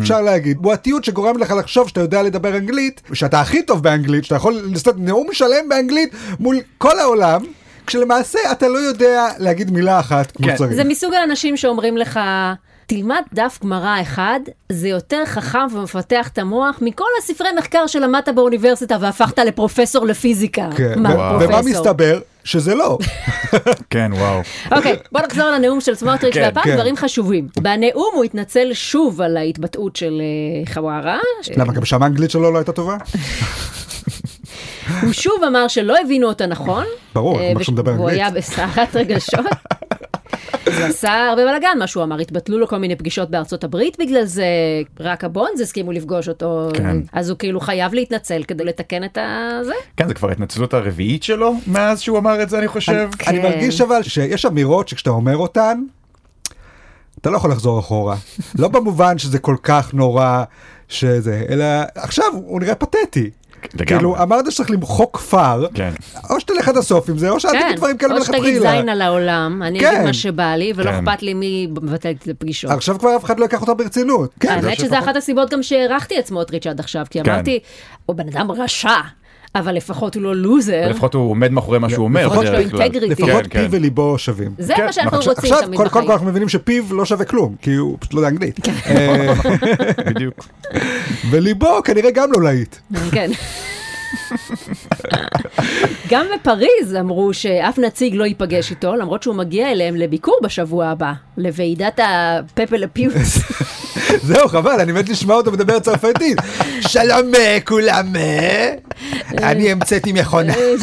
Speaker 1: אפשר להגיד, בועתיות שגורמת לך לחשוב שאתה יודע לדבר אנגלית, שאתה הכי טוב באנגלית, שאתה יכול לעשות נאום שלם באנגלית מול כל העולם, כשלמעשה אתה לא יודע להגיד מילה אחת כמו
Speaker 3: כן.
Speaker 1: שצריך.
Speaker 2: זה מסוג האנשים שאומרים לך, תלמד דף גמרא אחד, זה יותר חכם ומפתח את המוח מכל הספרי מחקר שלמדת באוניברסיטה והפכת לפרופסור לפיזיקה.
Speaker 1: כן.
Speaker 2: מר
Speaker 1: ו-
Speaker 2: פרופסור.
Speaker 1: ומה מסתבר? שזה לא.
Speaker 3: כן, וואו.
Speaker 2: אוקיי, בוא נחזור לנאום של סמוטריץ',
Speaker 3: כן,
Speaker 2: והפעם
Speaker 1: כן.
Speaker 2: דברים חשובים. בנאום הוא התנצל שוב על ההתבטאות של אה, חווארה.
Speaker 1: למה, גם שם האנגלית שלו לא הייתה טובה?
Speaker 2: הוא שוב אמר שלא הבינו אותה נכון.
Speaker 1: ברור,
Speaker 2: אה,
Speaker 1: מה שהוא מדבר
Speaker 2: הוא
Speaker 1: אנגלית.
Speaker 2: היה בסערת רגשות. זה עשה הרבה בלאגן מה שהוא אמר, התבטלו לו כל מיני פגישות בארצות הברית בגלל זה, רק הבונדס הסכימו לפגוש אותו,
Speaker 3: כן.
Speaker 2: אז הוא כאילו חייב להתנצל כדי לתקן את הזה.
Speaker 3: כן, זה כבר ההתנצלות הרביעית שלו מאז שהוא אמר את זה, אני חושב.
Speaker 2: אני-
Speaker 1: אני
Speaker 2: כן.
Speaker 1: מרגיש אבל שיש אמירות שכשאתה אומר אותן, אתה לא יכול לחזור אחורה. לא במובן שזה כל כך נורא, שזה, אלא עכשיו הוא נראה פתטי.
Speaker 3: לגמרי.
Speaker 1: כאילו, אמרת שצריך למחוק כפר,
Speaker 3: כן.
Speaker 1: או שתלך עד הסוף עם זה, או שאל תגיד דברים כאלה
Speaker 2: כן, או שתגיד
Speaker 1: מלכתחילה.
Speaker 2: זין על העולם, אני
Speaker 1: כן.
Speaker 2: אגיד מה שבא לי, ולא
Speaker 3: כן.
Speaker 2: אכפת לי מי מבטל את הפגישות.
Speaker 1: עכשיו כבר אף אחד לא ייקח אותה ברצינות. כן,
Speaker 2: האמת שזה אחת הסיבות גם שהערכתי את סמוטריץ' עד עכשיו, כי
Speaker 3: כן.
Speaker 2: אמרתי, הוא בן אדם רשע, אבל לפחות הוא לא לוזר.
Speaker 3: לפחות הוא עומד מאחורי מה שהוא אומר.
Speaker 2: לפחות יש לו
Speaker 3: בדרך כלל.
Speaker 2: אינטגריטי.
Speaker 1: לפחות
Speaker 3: כן,
Speaker 1: פיו
Speaker 3: כן.
Speaker 1: וליבו שווים.
Speaker 2: זה
Speaker 3: כן,
Speaker 2: מה שאנחנו
Speaker 3: עכשיו-
Speaker 2: רוצים
Speaker 1: עכשיו,
Speaker 2: תמיד
Speaker 1: קודם כל
Speaker 2: בחיים.
Speaker 1: כבר אנחנו מבינים שפיו לא שווה כלום, כי הוא פשוט לא יודע אנגלית.
Speaker 2: כן.
Speaker 1: אה,
Speaker 3: בדיוק.
Speaker 1: וליבו כנראה גם לא להיט.
Speaker 2: כן. גם בפריז אמרו שאף נציג לא ייפגש איתו, למרות שהוא מגיע אליהם לביקור בשבוע הבא, לוועידת הפפל הפיוס.
Speaker 1: זהו, חבל, אני מת לשמוע אותו מדבר צרפתית. שלום אה, כולם, אה? אני המצאתי מכונה.
Speaker 3: אני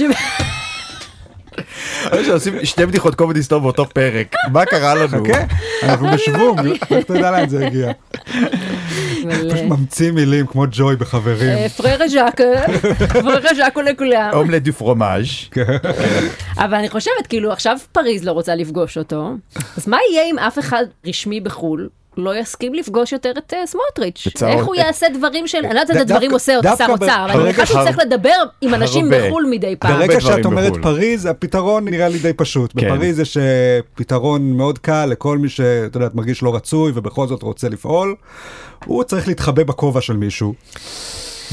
Speaker 3: חושב שעושים שתי בדיחות קומדי סטור באותו פרק. מה קרה לנו?
Speaker 1: כן, אנחנו בשוונג, איך אתה יודע לאן זה הגיע?
Speaker 2: אבל,
Speaker 1: פשוט
Speaker 3: אה.
Speaker 1: ממציא מילים כמו ג'וי בחברים.
Speaker 2: אה, פררה ז'אקה, פררה ז'אקו לכולם.
Speaker 3: אומלה דו פרומאז'.
Speaker 1: כן.
Speaker 2: אבל אני חושבת, כאילו, עכשיו פריז לא רוצה לפגוש אותו, אז מה יהיה אם אף אחד רשמי בחו"ל? לא יסכים לפגוש יותר את אה, סמוטריץ'.
Speaker 3: בצהוב.
Speaker 2: איך הוא יעשה דברים של, אני לא יודעת איזה
Speaker 1: דווקא-
Speaker 2: דברים עושה אותו שר
Speaker 1: דווקא ב-
Speaker 2: אוצר, אבל אני
Speaker 1: ברגע
Speaker 2: מניחה שהוא
Speaker 3: שהר-
Speaker 2: צריך לדבר עם אנשים
Speaker 3: הרבה.
Speaker 2: בחו"ל מדי פעם.
Speaker 1: ברגע שאת
Speaker 3: דברים
Speaker 1: אומרת
Speaker 3: בחו"ל.
Speaker 1: פריז, הפתרון נראה לי די פשוט.
Speaker 3: כן.
Speaker 1: בפריז יש אה, פתרון מאוד קל לכל מי שאתה יודעת מרגיש לא רצוי ובכל זאת רוצה לפעול. הוא צריך להתחבא בכובע של מישהו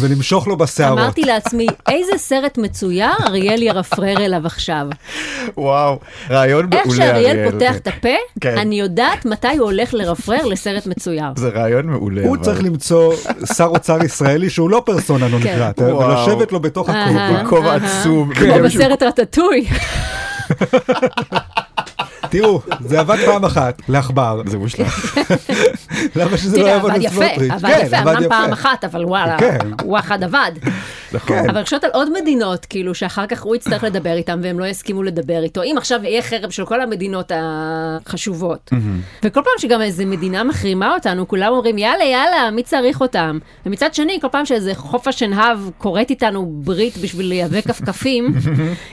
Speaker 1: ולמשוך לו בשערות.
Speaker 2: אמרתי לעצמי, איזה סרט מצויר אריאל ירפרר אליו עכשיו.
Speaker 3: וואו. רעיון מעולה.
Speaker 2: איך שאריאל
Speaker 3: אריאל.
Speaker 2: פותח את הפה,
Speaker 3: כן.
Speaker 2: אני יודעת מתי הוא הולך לרפרר לסרט מצויר.
Speaker 3: זה רעיון מעולה.
Speaker 1: הוא
Speaker 3: אבל.
Speaker 1: צריך למצוא שר אוצר ישראלי שהוא לא פרסונה נון
Speaker 2: כן.
Speaker 1: גרטה,
Speaker 3: וואו.
Speaker 1: ולשבת לו בתוך
Speaker 2: אהה.
Speaker 1: הכובע.
Speaker 3: כובע
Speaker 2: אהה.
Speaker 3: עצום. כן.
Speaker 2: כמו
Speaker 3: וגם שהוא-
Speaker 2: בסרט רטטוי.
Speaker 1: תראו, זה עבד פעם אחת לעכבר.
Speaker 3: זה מושלם.
Speaker 1: למה שזה לא
Speaker 2: תראה,
Speaker 1: יעבוד
Speaker 2: עבד
Speaker 1: לסמוטריץ'?
Speaker 2: יפה, עבד
Speaker 1: כן,
Speaker 2: יפה, אמנם פעם אחת, אבל וואלה,
Speaker 1: כן.
Speaker 2: הוא אחד עבד.
Speaker 3: נכון.
Speaker 2: אבל חשבת על עוד מדינות, כאילו, שאחר כך הוא יצטרך לדבר איתם והם לא יסכימו לדבר איתו. אם עכשיו יהיה חרם של כל המדינות החשובות. וכל פעם שגם איזה מדינה מחרימה אותנו, כולם אומרים, יאללה, יאללה, מי צריך אותם? ומצד שני, כל פעם שאיזה חוף השנהב כורת איתנו ברית בשביל לייבא כפכפים,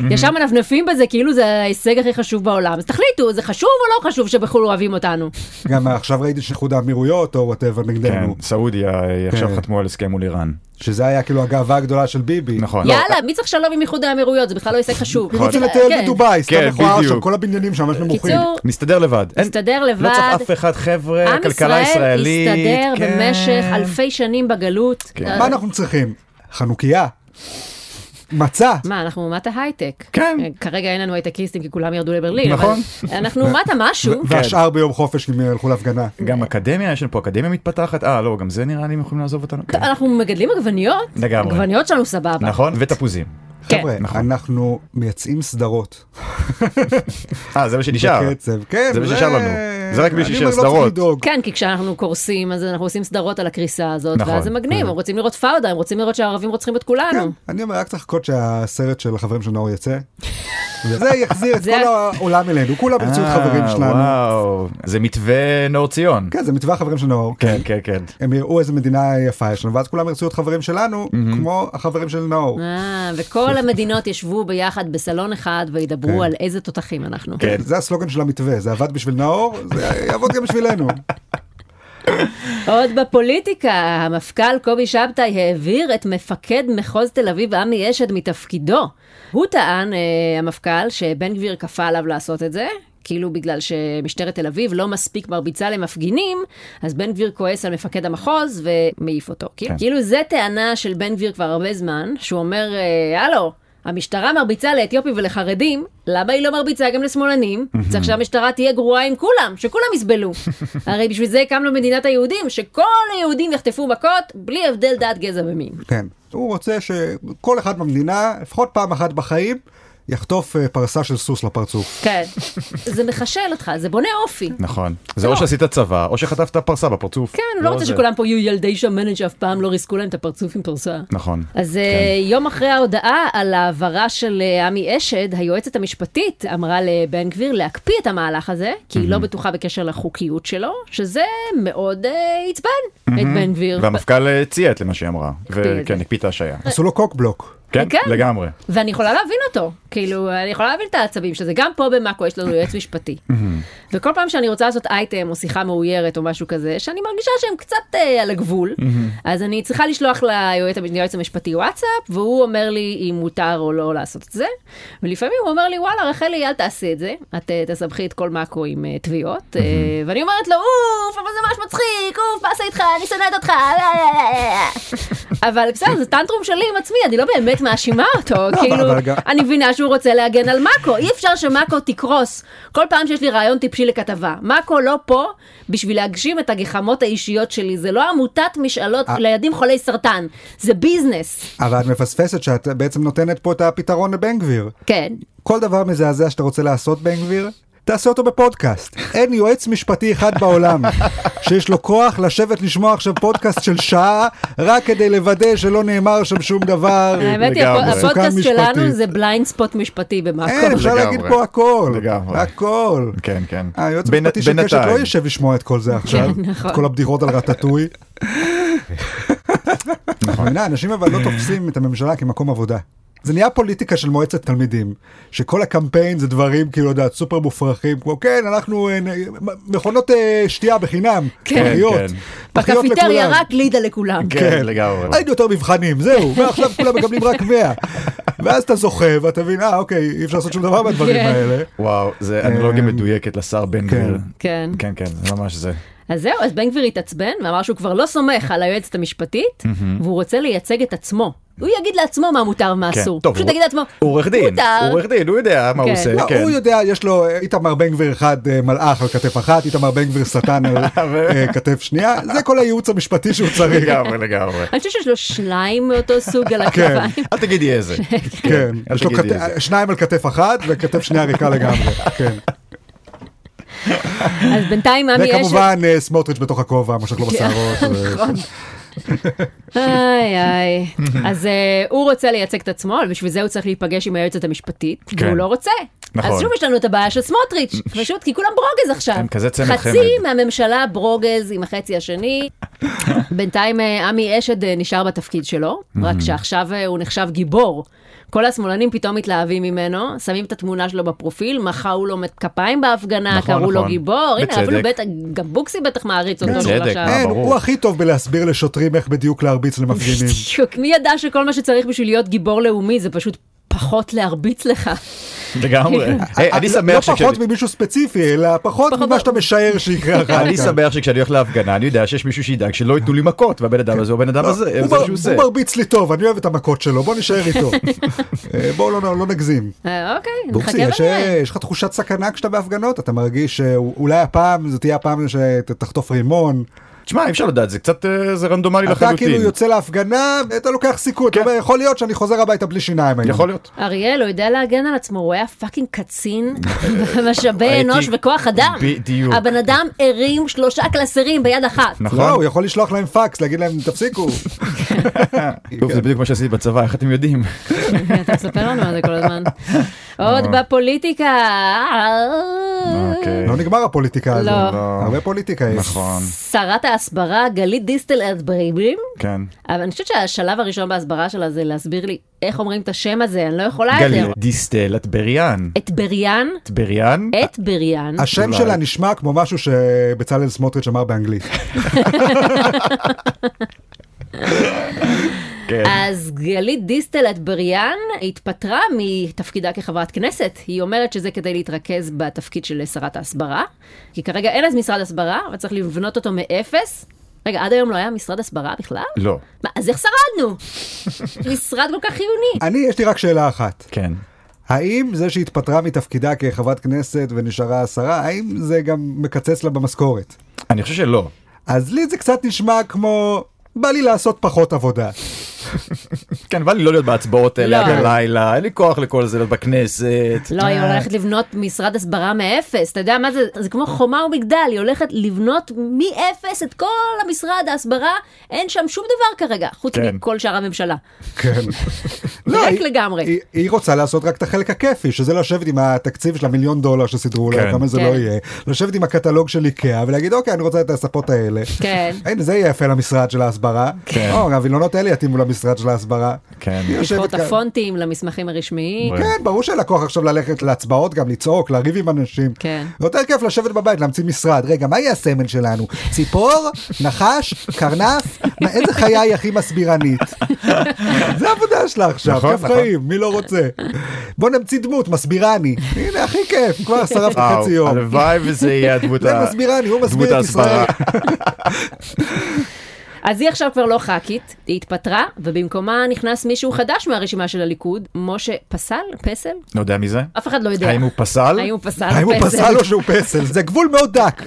Speaker 2: ישר מנפנפים בזה כאילו זה ההישג הכי חשוב בעולם. אז תחליטו, תגידו, זה חשוב או לא חשוב שבחו"ל אוהבים אותנו?
Speaker 1: גם עכשיו ראיתי שאיחוד האמירויות או וואטאבר נגדנו.
Speaker 3: כן, סעודיה אה, עכשיו חתמו על הסכם מול איראן.
Speaker 1: שזה היה כאילו הגאווה הגדולה של ביבי.
Speaker 3: נכון.
Speaker 2: יאללה, מי צריך שלום עם איחוד האמירויות? זה בכלל לא הישג חשוב.
Speaker 1: הוא רוצה לטייל
Speaker 2: כן.
Speaker 1: בדובאי, סתם
Speaker 3: כן,
Speaker 1: מכוער שם,
Speaker 3: בדיוק.
Speaker 1: כל הבניינים שם ממש נמוכים.
Speaker 2: קיצור,
Speaker 3: נסתדר לא, לבד. אין-
Speaker 2: מסתדר
Speaker 3: לא
Speaker 2: לבד.
Speaker 3: צריך אף אחד, חבר'ה,
Speaker 2: עם
Speaker 3: כלכלה
Speaker 2: ישראל
Speaker 3: ישראלית.
Speaker 2: הסתדר
Speaker 3: כן.
Speaker 2: במשך אלפי שנים בגלות. אה,
Speaker 1: מה אנחנו צריכים? חנוכיה? מצה?
Speaker 2: מה, אנחנו אומת ההייטק.
Speaker 3: כן.
Speaker 2: אה, כרגע אין לנו הייטקיסטים כי כולם ירדו לברלין. אבל
Speaker 3: נכון.
Speaker 2: אנחנו אומת המשהו.
Speaker 3: כן.
Speaker 1: והשאר ביום חופש אם ילכו להפגנה.
Speaker 3: גם אקדמיה, יש לנו פה אקדמיה מתפתחת. אה, לא, גם זה נראה לי הם יכולים לעזוב אותנו. כן.
Speaker 2: אנחנו מגדלים עגבניות,
Speaker 3: לגמרי.
Speaker 2: עגבניות שלנו סבבה.
Speaker 3: נכון? ותפוזים.
Speaker 2: כן.
Speaker 1: חבר'ה,
Speaker 3: נכון.
Speaker 1: אנחנו מייצאים סדרות.
Speaker 3: אה, זה מה שנשאר.
Speaker 1: בקצב, כן.
Speaker 3: זה מה שנשאר לנו. זה רק מי
Speaker 1: אני
Speaker 3: שאישר
Speaker 1: אומר, לא צריך
Speaker 3: סדרות.
Speaker 1: לדאוג.
Speaker 2: כן, כי כשאנחנו קורסים, אז אנחנו עושים סדרות על הקריסה הזאת,
Speaker 3: נכון,
Speaker 2: ואז זה מגניב, הם רוצים לראות פאודה, הם רוצים לראות שהערבים רוצחים את
Speaker 1: כן,
Speaker 2: כולנו.
Speaker 1: אני אומר, רק צריך לחכות שהסרט של החברים של נאור יצא. זה יחזיר את
Speaker 2: זה-
Speaker 1: כל העולם אלינו, כולם ירצו את
Speaker 3: אה,
Speaker 1: חברים שלנו.
Speaker 3: וואו. זה מתווה נור ציון.
Speaker 1: כן, זה מתווה החברים של נאור.
Speaker 3: כן, כן, כן.
Speaker 1: הם יראו איזה מדינה יפה יש לנו, ואז כולם ירצו להיות חברים שלנו, כמו החברים של נאור.
Speaker 2: אה, וכל המדינות ישבו ביחד בסלון אחד וידברו על איזה תותחים אנחנו.
Speaker 3: כן.
Speaker 1: זה הסלוגן של המתווה, זה עבד בשביל נאור, זה יעבוד גם בשבילנו.
Speaker 2: עוד בפוליטיקה, המפכ"ל קובי שבתאי העביר את מפקד מחוז תל אביב עמי אשד מתפקידו. הוא טען, אה, המפכ"ל, שבן גביר כפה עליו לעשות את זה. כאילו בגלל שמשטרת תל אביב לא מספיק מרביצה למפגינים, אז בן גביר כועס על מפקד המחוז ומעיף אותו. כן. כאילו זה טענה של בן גביר כבר הרבה זמן, שהוא אומר, אה, הלו, המשטרה מרביצה לאתיופים ולחרדים, למה היא לא מרביצה גם לשמאלנים? צריך שהמשטרה תהיה גרועה עם כולם, שכולם יסבלו. הרי בשביל זה הקמנו מדינת היהודים, שכל היהודים יחטפו מכות בלי הבדל דת, גזע ומין.
Speaker 1: כן. הוא רוצה שכל אחד במדינה, לפחות פעם אחת בחיים, יחטוף אה, פרסה של סוס לפרצוף.
Speaker 2: כן. זה מחשל אותך, זה בונה אופי.
Speaker 3: נכון. זה או שעשית צבא, או שחטפת פרסה בפרצוף.
Speaker 2: לא. כן, הוא לא רוצה
Speaker 3: זה.
Speaker 2: שכולם פה יהיו ילדי שמנת שאף פעם לא ריסקו להם את הפרצוף עם פרסה.
Speaker 3: נכון.
Speaker 2: אז כן. יום אחרי ההודעה על העברה של אה, עמי אשד, היועצת המשפטית אמרה לבן גביר להקפיא את המהלך הזה, כי היא לא בטוחה בקשר לחוקיות שלו, שזה מאוד אה, עצבן את בן גביר.
Speaker 3: והמפכ"ל אה, ציית למה שהיא אמרה.
Speaker 2: את
Speaker 3: וכן,
Speaker 2: זה.
Speaker 3: הקפיא את ההשעיה.
Speaker 1: עשו לו קוק בלוק.
Speaker 3: כן,
Speaker 2: כן.
Speaker 3: לגמרי.
Speaker 2: ואני יכולה להבין אותו, כאילו, אני יכולה להבין את העצבים שזה, גם פה במאקו יש לנו יועץ משפטי. וכל פעם שאני רוצה לעשות אייטם או שיחה מאוירת או משהו כזה, שאני מרגישה שהם קצת אה, על הגבול, אז אני צריכה לשלוח ליועץ ליועץ המשפטי וואטסאפ, והוא אומר לי אם מותר או לא לעשות את זה, ולפעמים הוא אומר לי, וואלה, רחלי, אל תעשי את זה, את אה, תסבכי את כל מאקו עם אה, תביעות, אה, ואני אומרת לו, אוף, אבל זה ממש מצחיק, אוף, מה עשה איתך, אני שונאת אותך, אבל בסדר, זה טנטרום שלי עם עצמי, אני לא באמת מאשימה אותו, כאילו,
Speaker 1: לא, אבל גם-
Speaker 2: אני מבינה שהוא רוצה להגן על מאקו, אי אפשר שמאקו תקרוס. כל פעם שיש לי רעיון טיפשי לכתבה, מאקו לא פה בשביל להגשים את הגחמות האישיות שלי, זה לא עמותת משאלות
Speaker 1: אה.
Speaker 2: לילדים חולי סרטן, זה ביזנס.
Speaker 1: אבל את מפספסת שאת בעצם נותנת פה את הפתרון לבן גביר.
Speaker 2: כן.
Speaker 1: כל דבר מזעזע שאתה רוצה לעשות, בן גביר, תעשה אותו בפודקאסט. אין יועץ משפטי אחד בעולם שיש לו כוח לשבת לשמוע עכשיו פודקאסט של שעה, רק כדי לוודא שלא נאמר שם שום דבר.
Speaker 2: האמת היא,
Speaker 3: לגמרי.
Speaker 2: הפו- הפודקאסט
Speaker 1: סוכן
Speaker 2: שלנו
Speaker 1: משפטית.
Speaker 2: זה בליינד ספוט משפטי במאקו.
Speaker 1: אין, אפשר
Speaker 3: לא לגמרי.
Speaker 1: להגיד פה הכל.
Speaker 3: לגמרי.
Speaker 1: הכל. אה,
Speaker 3: כן, כן.
Speaker 1: היועץ
Speaker 3: בין-
Speaker 1: המשפטי של קשת
Speaker 3: בינתיים.
Speaker 1: לא יישב לשמוע את כל זה עכשיו,
Speaker 2: כן, נכון.
Speaker 1: את כל הבדיחות על רטטוי.
Speaker 3: נכון.
Speaker 1: מבינה, אנשים אבל לא תופסים את הממשלה כמקום עבודה. זה נהיה פוליטיקה של מועצת תלמידים, שכל הקמפיין זה דברים כאילו, יודעת, סופר מופרכים, כמו כן, אנחנו אה, נ- מכונות אה, שתייה בחינם,
Speaker 2: כן.
Speaker 1: פחיות,
Speaker 3: כן,
Speaker 1: פחיות
Speaker 2: בקפיטריה
Speaker 1: לכולם.
Speaker 2: רק גלידה לכולם.
Speaker 3: כן, לגמרי.
Speaker 1: אין יותר מבחנים, זהו, ועכשיו כולם מקבלים רק 100. ואז אתה זוכה ואתה מבין, אה, אוקיי, אי אפשר לעשות שום דבר מהדברים
Speaker 2: כן.
Speaker 1: האלה.
Speaker 3: וואו, זה אנלוגיה
Speaker 1: אמ,
Speaker 3: מדויקת לשר בן גביר.
Speaker 2: כן.
Speaker 3: כן, כן, זה ממש זה.
Speaker 2: אז זהו, אז בן גביר התעצבן ואמר שהוא כבר לא סומך על היועצת המשפטית, והוא רוצה לייצג את עצמו. הוא יגיד לעצמו מה מותר ומה
Speaker 3: כן.
Speaker 2: אסור.
Speaker 3: טוב,
Speaker 2: פשוט
Speaker 3: הוא-
Speaker 2: יגיד לעצמו,
Speaker 3: הוא עורך דין,
Speaker 2: מותר.
Speaker 3: הוא עורך דין, הוא יודע מה הוא
Speaker 2: כן.
Speaker 3: עושה,
Speaker 1: לא,
Speaker 3: כן.
Speaker 1: הוא יודע, יש לו אה, איתמר בן גביר אחד אה, מלאך על כתף אחת, איתמר בן גביר שטן על אה, כתף שנייה, זה כל הייעוץ המשפטי שהוא צריך.
Speaker 3: לגמרי, לגמרי.
Speaker 2: אני חושבת שיש לו שניים מאותו סוג על
Speaker 1: כן.
Speaker 2: הכתפיים.
Speaker 3: אל תגידי איזה.
Speaker 1: כן,
Speaker 3: אל
Speaker 1: יש לו
Speaker 3: תגידי
Speaker 1: כת-
Speaker 3: איזה.
Speaker 1: שניים על כתף אחת וכתף שנייה ריקה לגמרי, כן.
Speaker 2: אז בינתיים עמי אשד...
Speaker 1: וכמובן אה, סמוטריץ' בתוך הכובע, מושך לו בשערות. אה, ו-
Speaker 2: איי איי. אז אה, הוא רוצה לייצג את עצמו, אבל בשביל זה הוא צריך להיפגש עם היועצת המשפטית,
Speaker 3: כן.
Speaker 2: והוא לא רוצה.
Speaker 3: נכון.
Speaker 2: אז שוב יש לנו את הבעיה של סמוטריץ', פשוט כי כולם ברוגז עכשיו.
Speaker 3: הם כזה צמד
Speaker 2: חצי
Speaker 3: חמד.
Speaker 2: מהממשלה ברוגז עם החצי השני. בינתיים אה, עמי אשד אה, נשאר בתפקיד שלו, רק שעכשיו אה, הוא נחשב גיבור. כל השמאלנים פתאום מתלהבים ממנו, שמים את התמונה שלו בפרופיל, מחאו לו כפיים בהפגנה,
Speaker 3: נכון,
Speaker 2: קראו לו
Speaker 3: נכון.
Speaker 2: גיבור. הנה, אפילו
Speaker 3: בצדק.
Speaker 2: בטח, גם בוקסי בטח מעריץ אותו. לא
Speaker 3: בצדק,
Speaker 2: עכשיו.
Speaker 3: אה,
Speaker 1: אין,
Speaker 3: ברור.
Speaker 1: הוא הכי טוב בלהסביר לשוטרים איך בדיוק להרביץ למפגינים.
Speaker 2: בדיוק, מי ידע שכל מה שצריך בשביל להיות גיבור לאומי זה פשוט פחות להרביץ לך.
Speaker 3: לגמרי. היי, אה, אני
Speaker 1: לא
Speaker 3: שמח שכשאני-
Speaker 1: פחות ממישהו ספציפי, אלא פחות ממה שאתה משער שיקרה אחר כך.
Speaker 3: אני שמח
Speaker 1: כן.
Speaker 3: שכשאני הולך להפגנה אני יודע שיש מישהו שידאג שלא ייתנו לי מכות והבן אדם הזה הוא הבן אדם הזה
Speaker 1: לא, הוא
Speaker 3: זה
Speaker 1: מר-
Speaker 3: מה שהוא עושה.
Speaker 1: הוא מרביץ לי טוב, אני אוהב את המכות שלו, בוא נישאר איתו. אה, בואו לא- לא נגזים.
Speaker 2: אה, אוקיי,
Speaker 1: בוקסי,
Speaker 2: נחכה
Speaker 1: יש,
Speaker 2: ונראה.
Speaker 1: יש לך תחושת סכנה כשאתה בהפגנות? אתה מרגיש שאולי הפעם זו תהיה הפעם שתחטוף רימון?
Speaker 3: תשמע אי אפשר לדעת זה קצת אה, זה רנדומלי
Speaker 1: אתה כאילו
Speaker 3: לחלוטין.
Speaker 1: יוצא להפגנה, אתה לוקח סיכון, אתה
Speaker 3: כן.
Speaker 1: אומר, יכול להיות שאני חוזר הביתה בלי שיניים היום.
Speaker 3: יכול להיות.
Speaker 2: אריאל, הוא יודע להגן על עצמו, הוא היה פאקינג קצין במשאבי
Speaker 3: הייתי-
Speaker 2: אנוש וכוח אדם.
Speaker 3: בדיוק.
Speaker 2: הבן אדם הרים שלושה קלסרים ביד אחת.
Speaker 1: לא,
Speaker 3: נכון?
Speaker 1: הוא יכול לשלוח להם פקס, להגיד להם, תפסיקו. כן.
Speaker 3: טוב, זה בדיוק מה שעשיתי בצבא איך אתם יודעים.
Speaker 1: אה,
Speaker 2: כן, אתה מספר לנו על זה כל הזמן.
Speaker 3: נכון.
Speaker 2: עוד בפוליטיקה.
Speaker 3: אוקיי.
Speaker 1: לא נגמר הפוליטיקה הזו.
Speaker 2: לא.
Speaker 1: הרבה פוליטיקה יש.
Speaker 3: נכון.
Speaker 2: שרת ההסברה גלית דיסטל אטבריבים,
Speaker 3: כן.
Speaker 2: אבל אני חושבת שהשלב הראשון בהסברה שלה זה להסביר לי איך אומרים את השם הזה, אני לא יכולה
Speaker 3: גלי
Speaker 2: יותר.
Speaker 3: דיסטל את בריאן.
Speaker 2: את בריאן,
Speaker 3: את בריאן?
Speaker 2: את בריאן,
Speaker 1: השם
Speaker 3: אולי.
Speaker 1: שלה נשמע כמו משהו שבצלאל סמוטריץ' אמר באנגלית.
Speaker 3: כן.
Speaker 2: אז גלית דיסטל אטבריאן התפטרה מתפקידה כחברת כנסת. היא אומרת שזה כדי להתרכז בתפקיד של שרת ההסברה, כי כרגע אין אז משרד הסברה, וצריך לבנות אותו מאפס. רגע, עד היום לא היה משרד הסברה בכלל?
Speaker 3: לא.
Speaker 2: מה, אז איך שרדנו? משרד כל כך חיוני.
Speaker 1: אני, יש לי רק שאלה אחת.
Speaker 3: כן.
Speaker 1: האם זה שהתפטרה מתפקידה כחברת כנסת ונשארה השרה, האם זה גם מקצץ לה במשכורת?
Speaker 3: אני חושב שלא.
Speaker 1: אז לי זה קצת נשמע כמו, בא לי לעשות פחות עבודה.
Speaker 3: כן, בא לי לא להיות בהצבעות
Speaker 2: לא.
Speaker 3: האלה עד הלילה, אין לי כוח לכל זה, להיות בכנסת.
Speaker 2: לא, היא הולכת לבנות משרד הסברה מאפס, אתה יודע מה זה? זה כמו חומה ומגדל, היא הולכת לבנות מאפס את כל המשרד ההסברה, אין שם שום דבר כרגע, חוץ
Speaker 3: כן.
Speaker 2: מכל שאר הממשלה.
Speaker 1: כן.
Speaker 2: ריק לגמרי.
Speaker 1: היא, היא רוצה לעשות רק את החלק הכיפי, שזה לשבת עם התקציב של המיליון דולר שסידרו לה,
Speaker 3: כן.
Speaker 1: כמה זה
Speaker 2: כן.
Speaker 1: לא יהיה, לשבת עם הקטלוג של איקאה ולהגיד, אוקיי, אני רוצה את הספות האלה.
Speaker 2: כן.
Speaker 1: הנה, זה יהיה יפה למשרד של ההסברה.
Speaker 3: כן.
Speaker 1: או, הווילונות האלה יתאימו למשרד של ההסברה.
Speaker 3: כן.
Speaker 1: היא יושבת
Speaker 2: לבחור את
Speaker 1: כאן.
Speaker 2: הפונטים למסמכים הרשמיים.
Speaker 3: בואי.
Speaker 1: כן, ברור שאין לקוח עכשיו ללכת להצבעות גם, לצעוק, לריב עם אנשים.
Speaker 2: כן.
Speaker 1: יותר כיף לשבת בבית, להמציא משרד. רגע, מה יהיה הסמל שלנו? ציפור? נחש? קרנף? מה, איזה חיה היא הכי מסבירנית? זה העבודה שלה עכשיו,
Speaker 3: נכון,
Speaker 1: כיף
Speaker 3: נכון.
Speaker 1: חיים, מי לא רוצה? בוא נמציא דמות, מסבירני. הנה, הכי כיף, כבר שרפת
Speaker 3: וואו,
Speaker 1: חצי יום.
Speaker 3: אה, הלוואי וזה יהיה הדמות
Speaker 1: זה
Speaker 3: ה-
Speaker 1: מסבירני, הוא
Speaker 3: דמות
Speaker 1: לא מסביר את ישראל.
Speaker 3: ההסברה.
Speaker 2: אז היא עכשיו כבר לא ח"כית, היא התפטרה, ובמקומה נכנס מישהו חדש מהרשימה של הליכוד, משה פסל? פסל?
Speaker 3: לא יודע מי זה?
Speaker 2: אף אחד לא יודע.
Speaker 3: האם הוא פסל?
Speaker 2: האם הוא פסל?
Speaker 1: האם הוא פסל או שהוא פסל? זה גבול מאוד דק.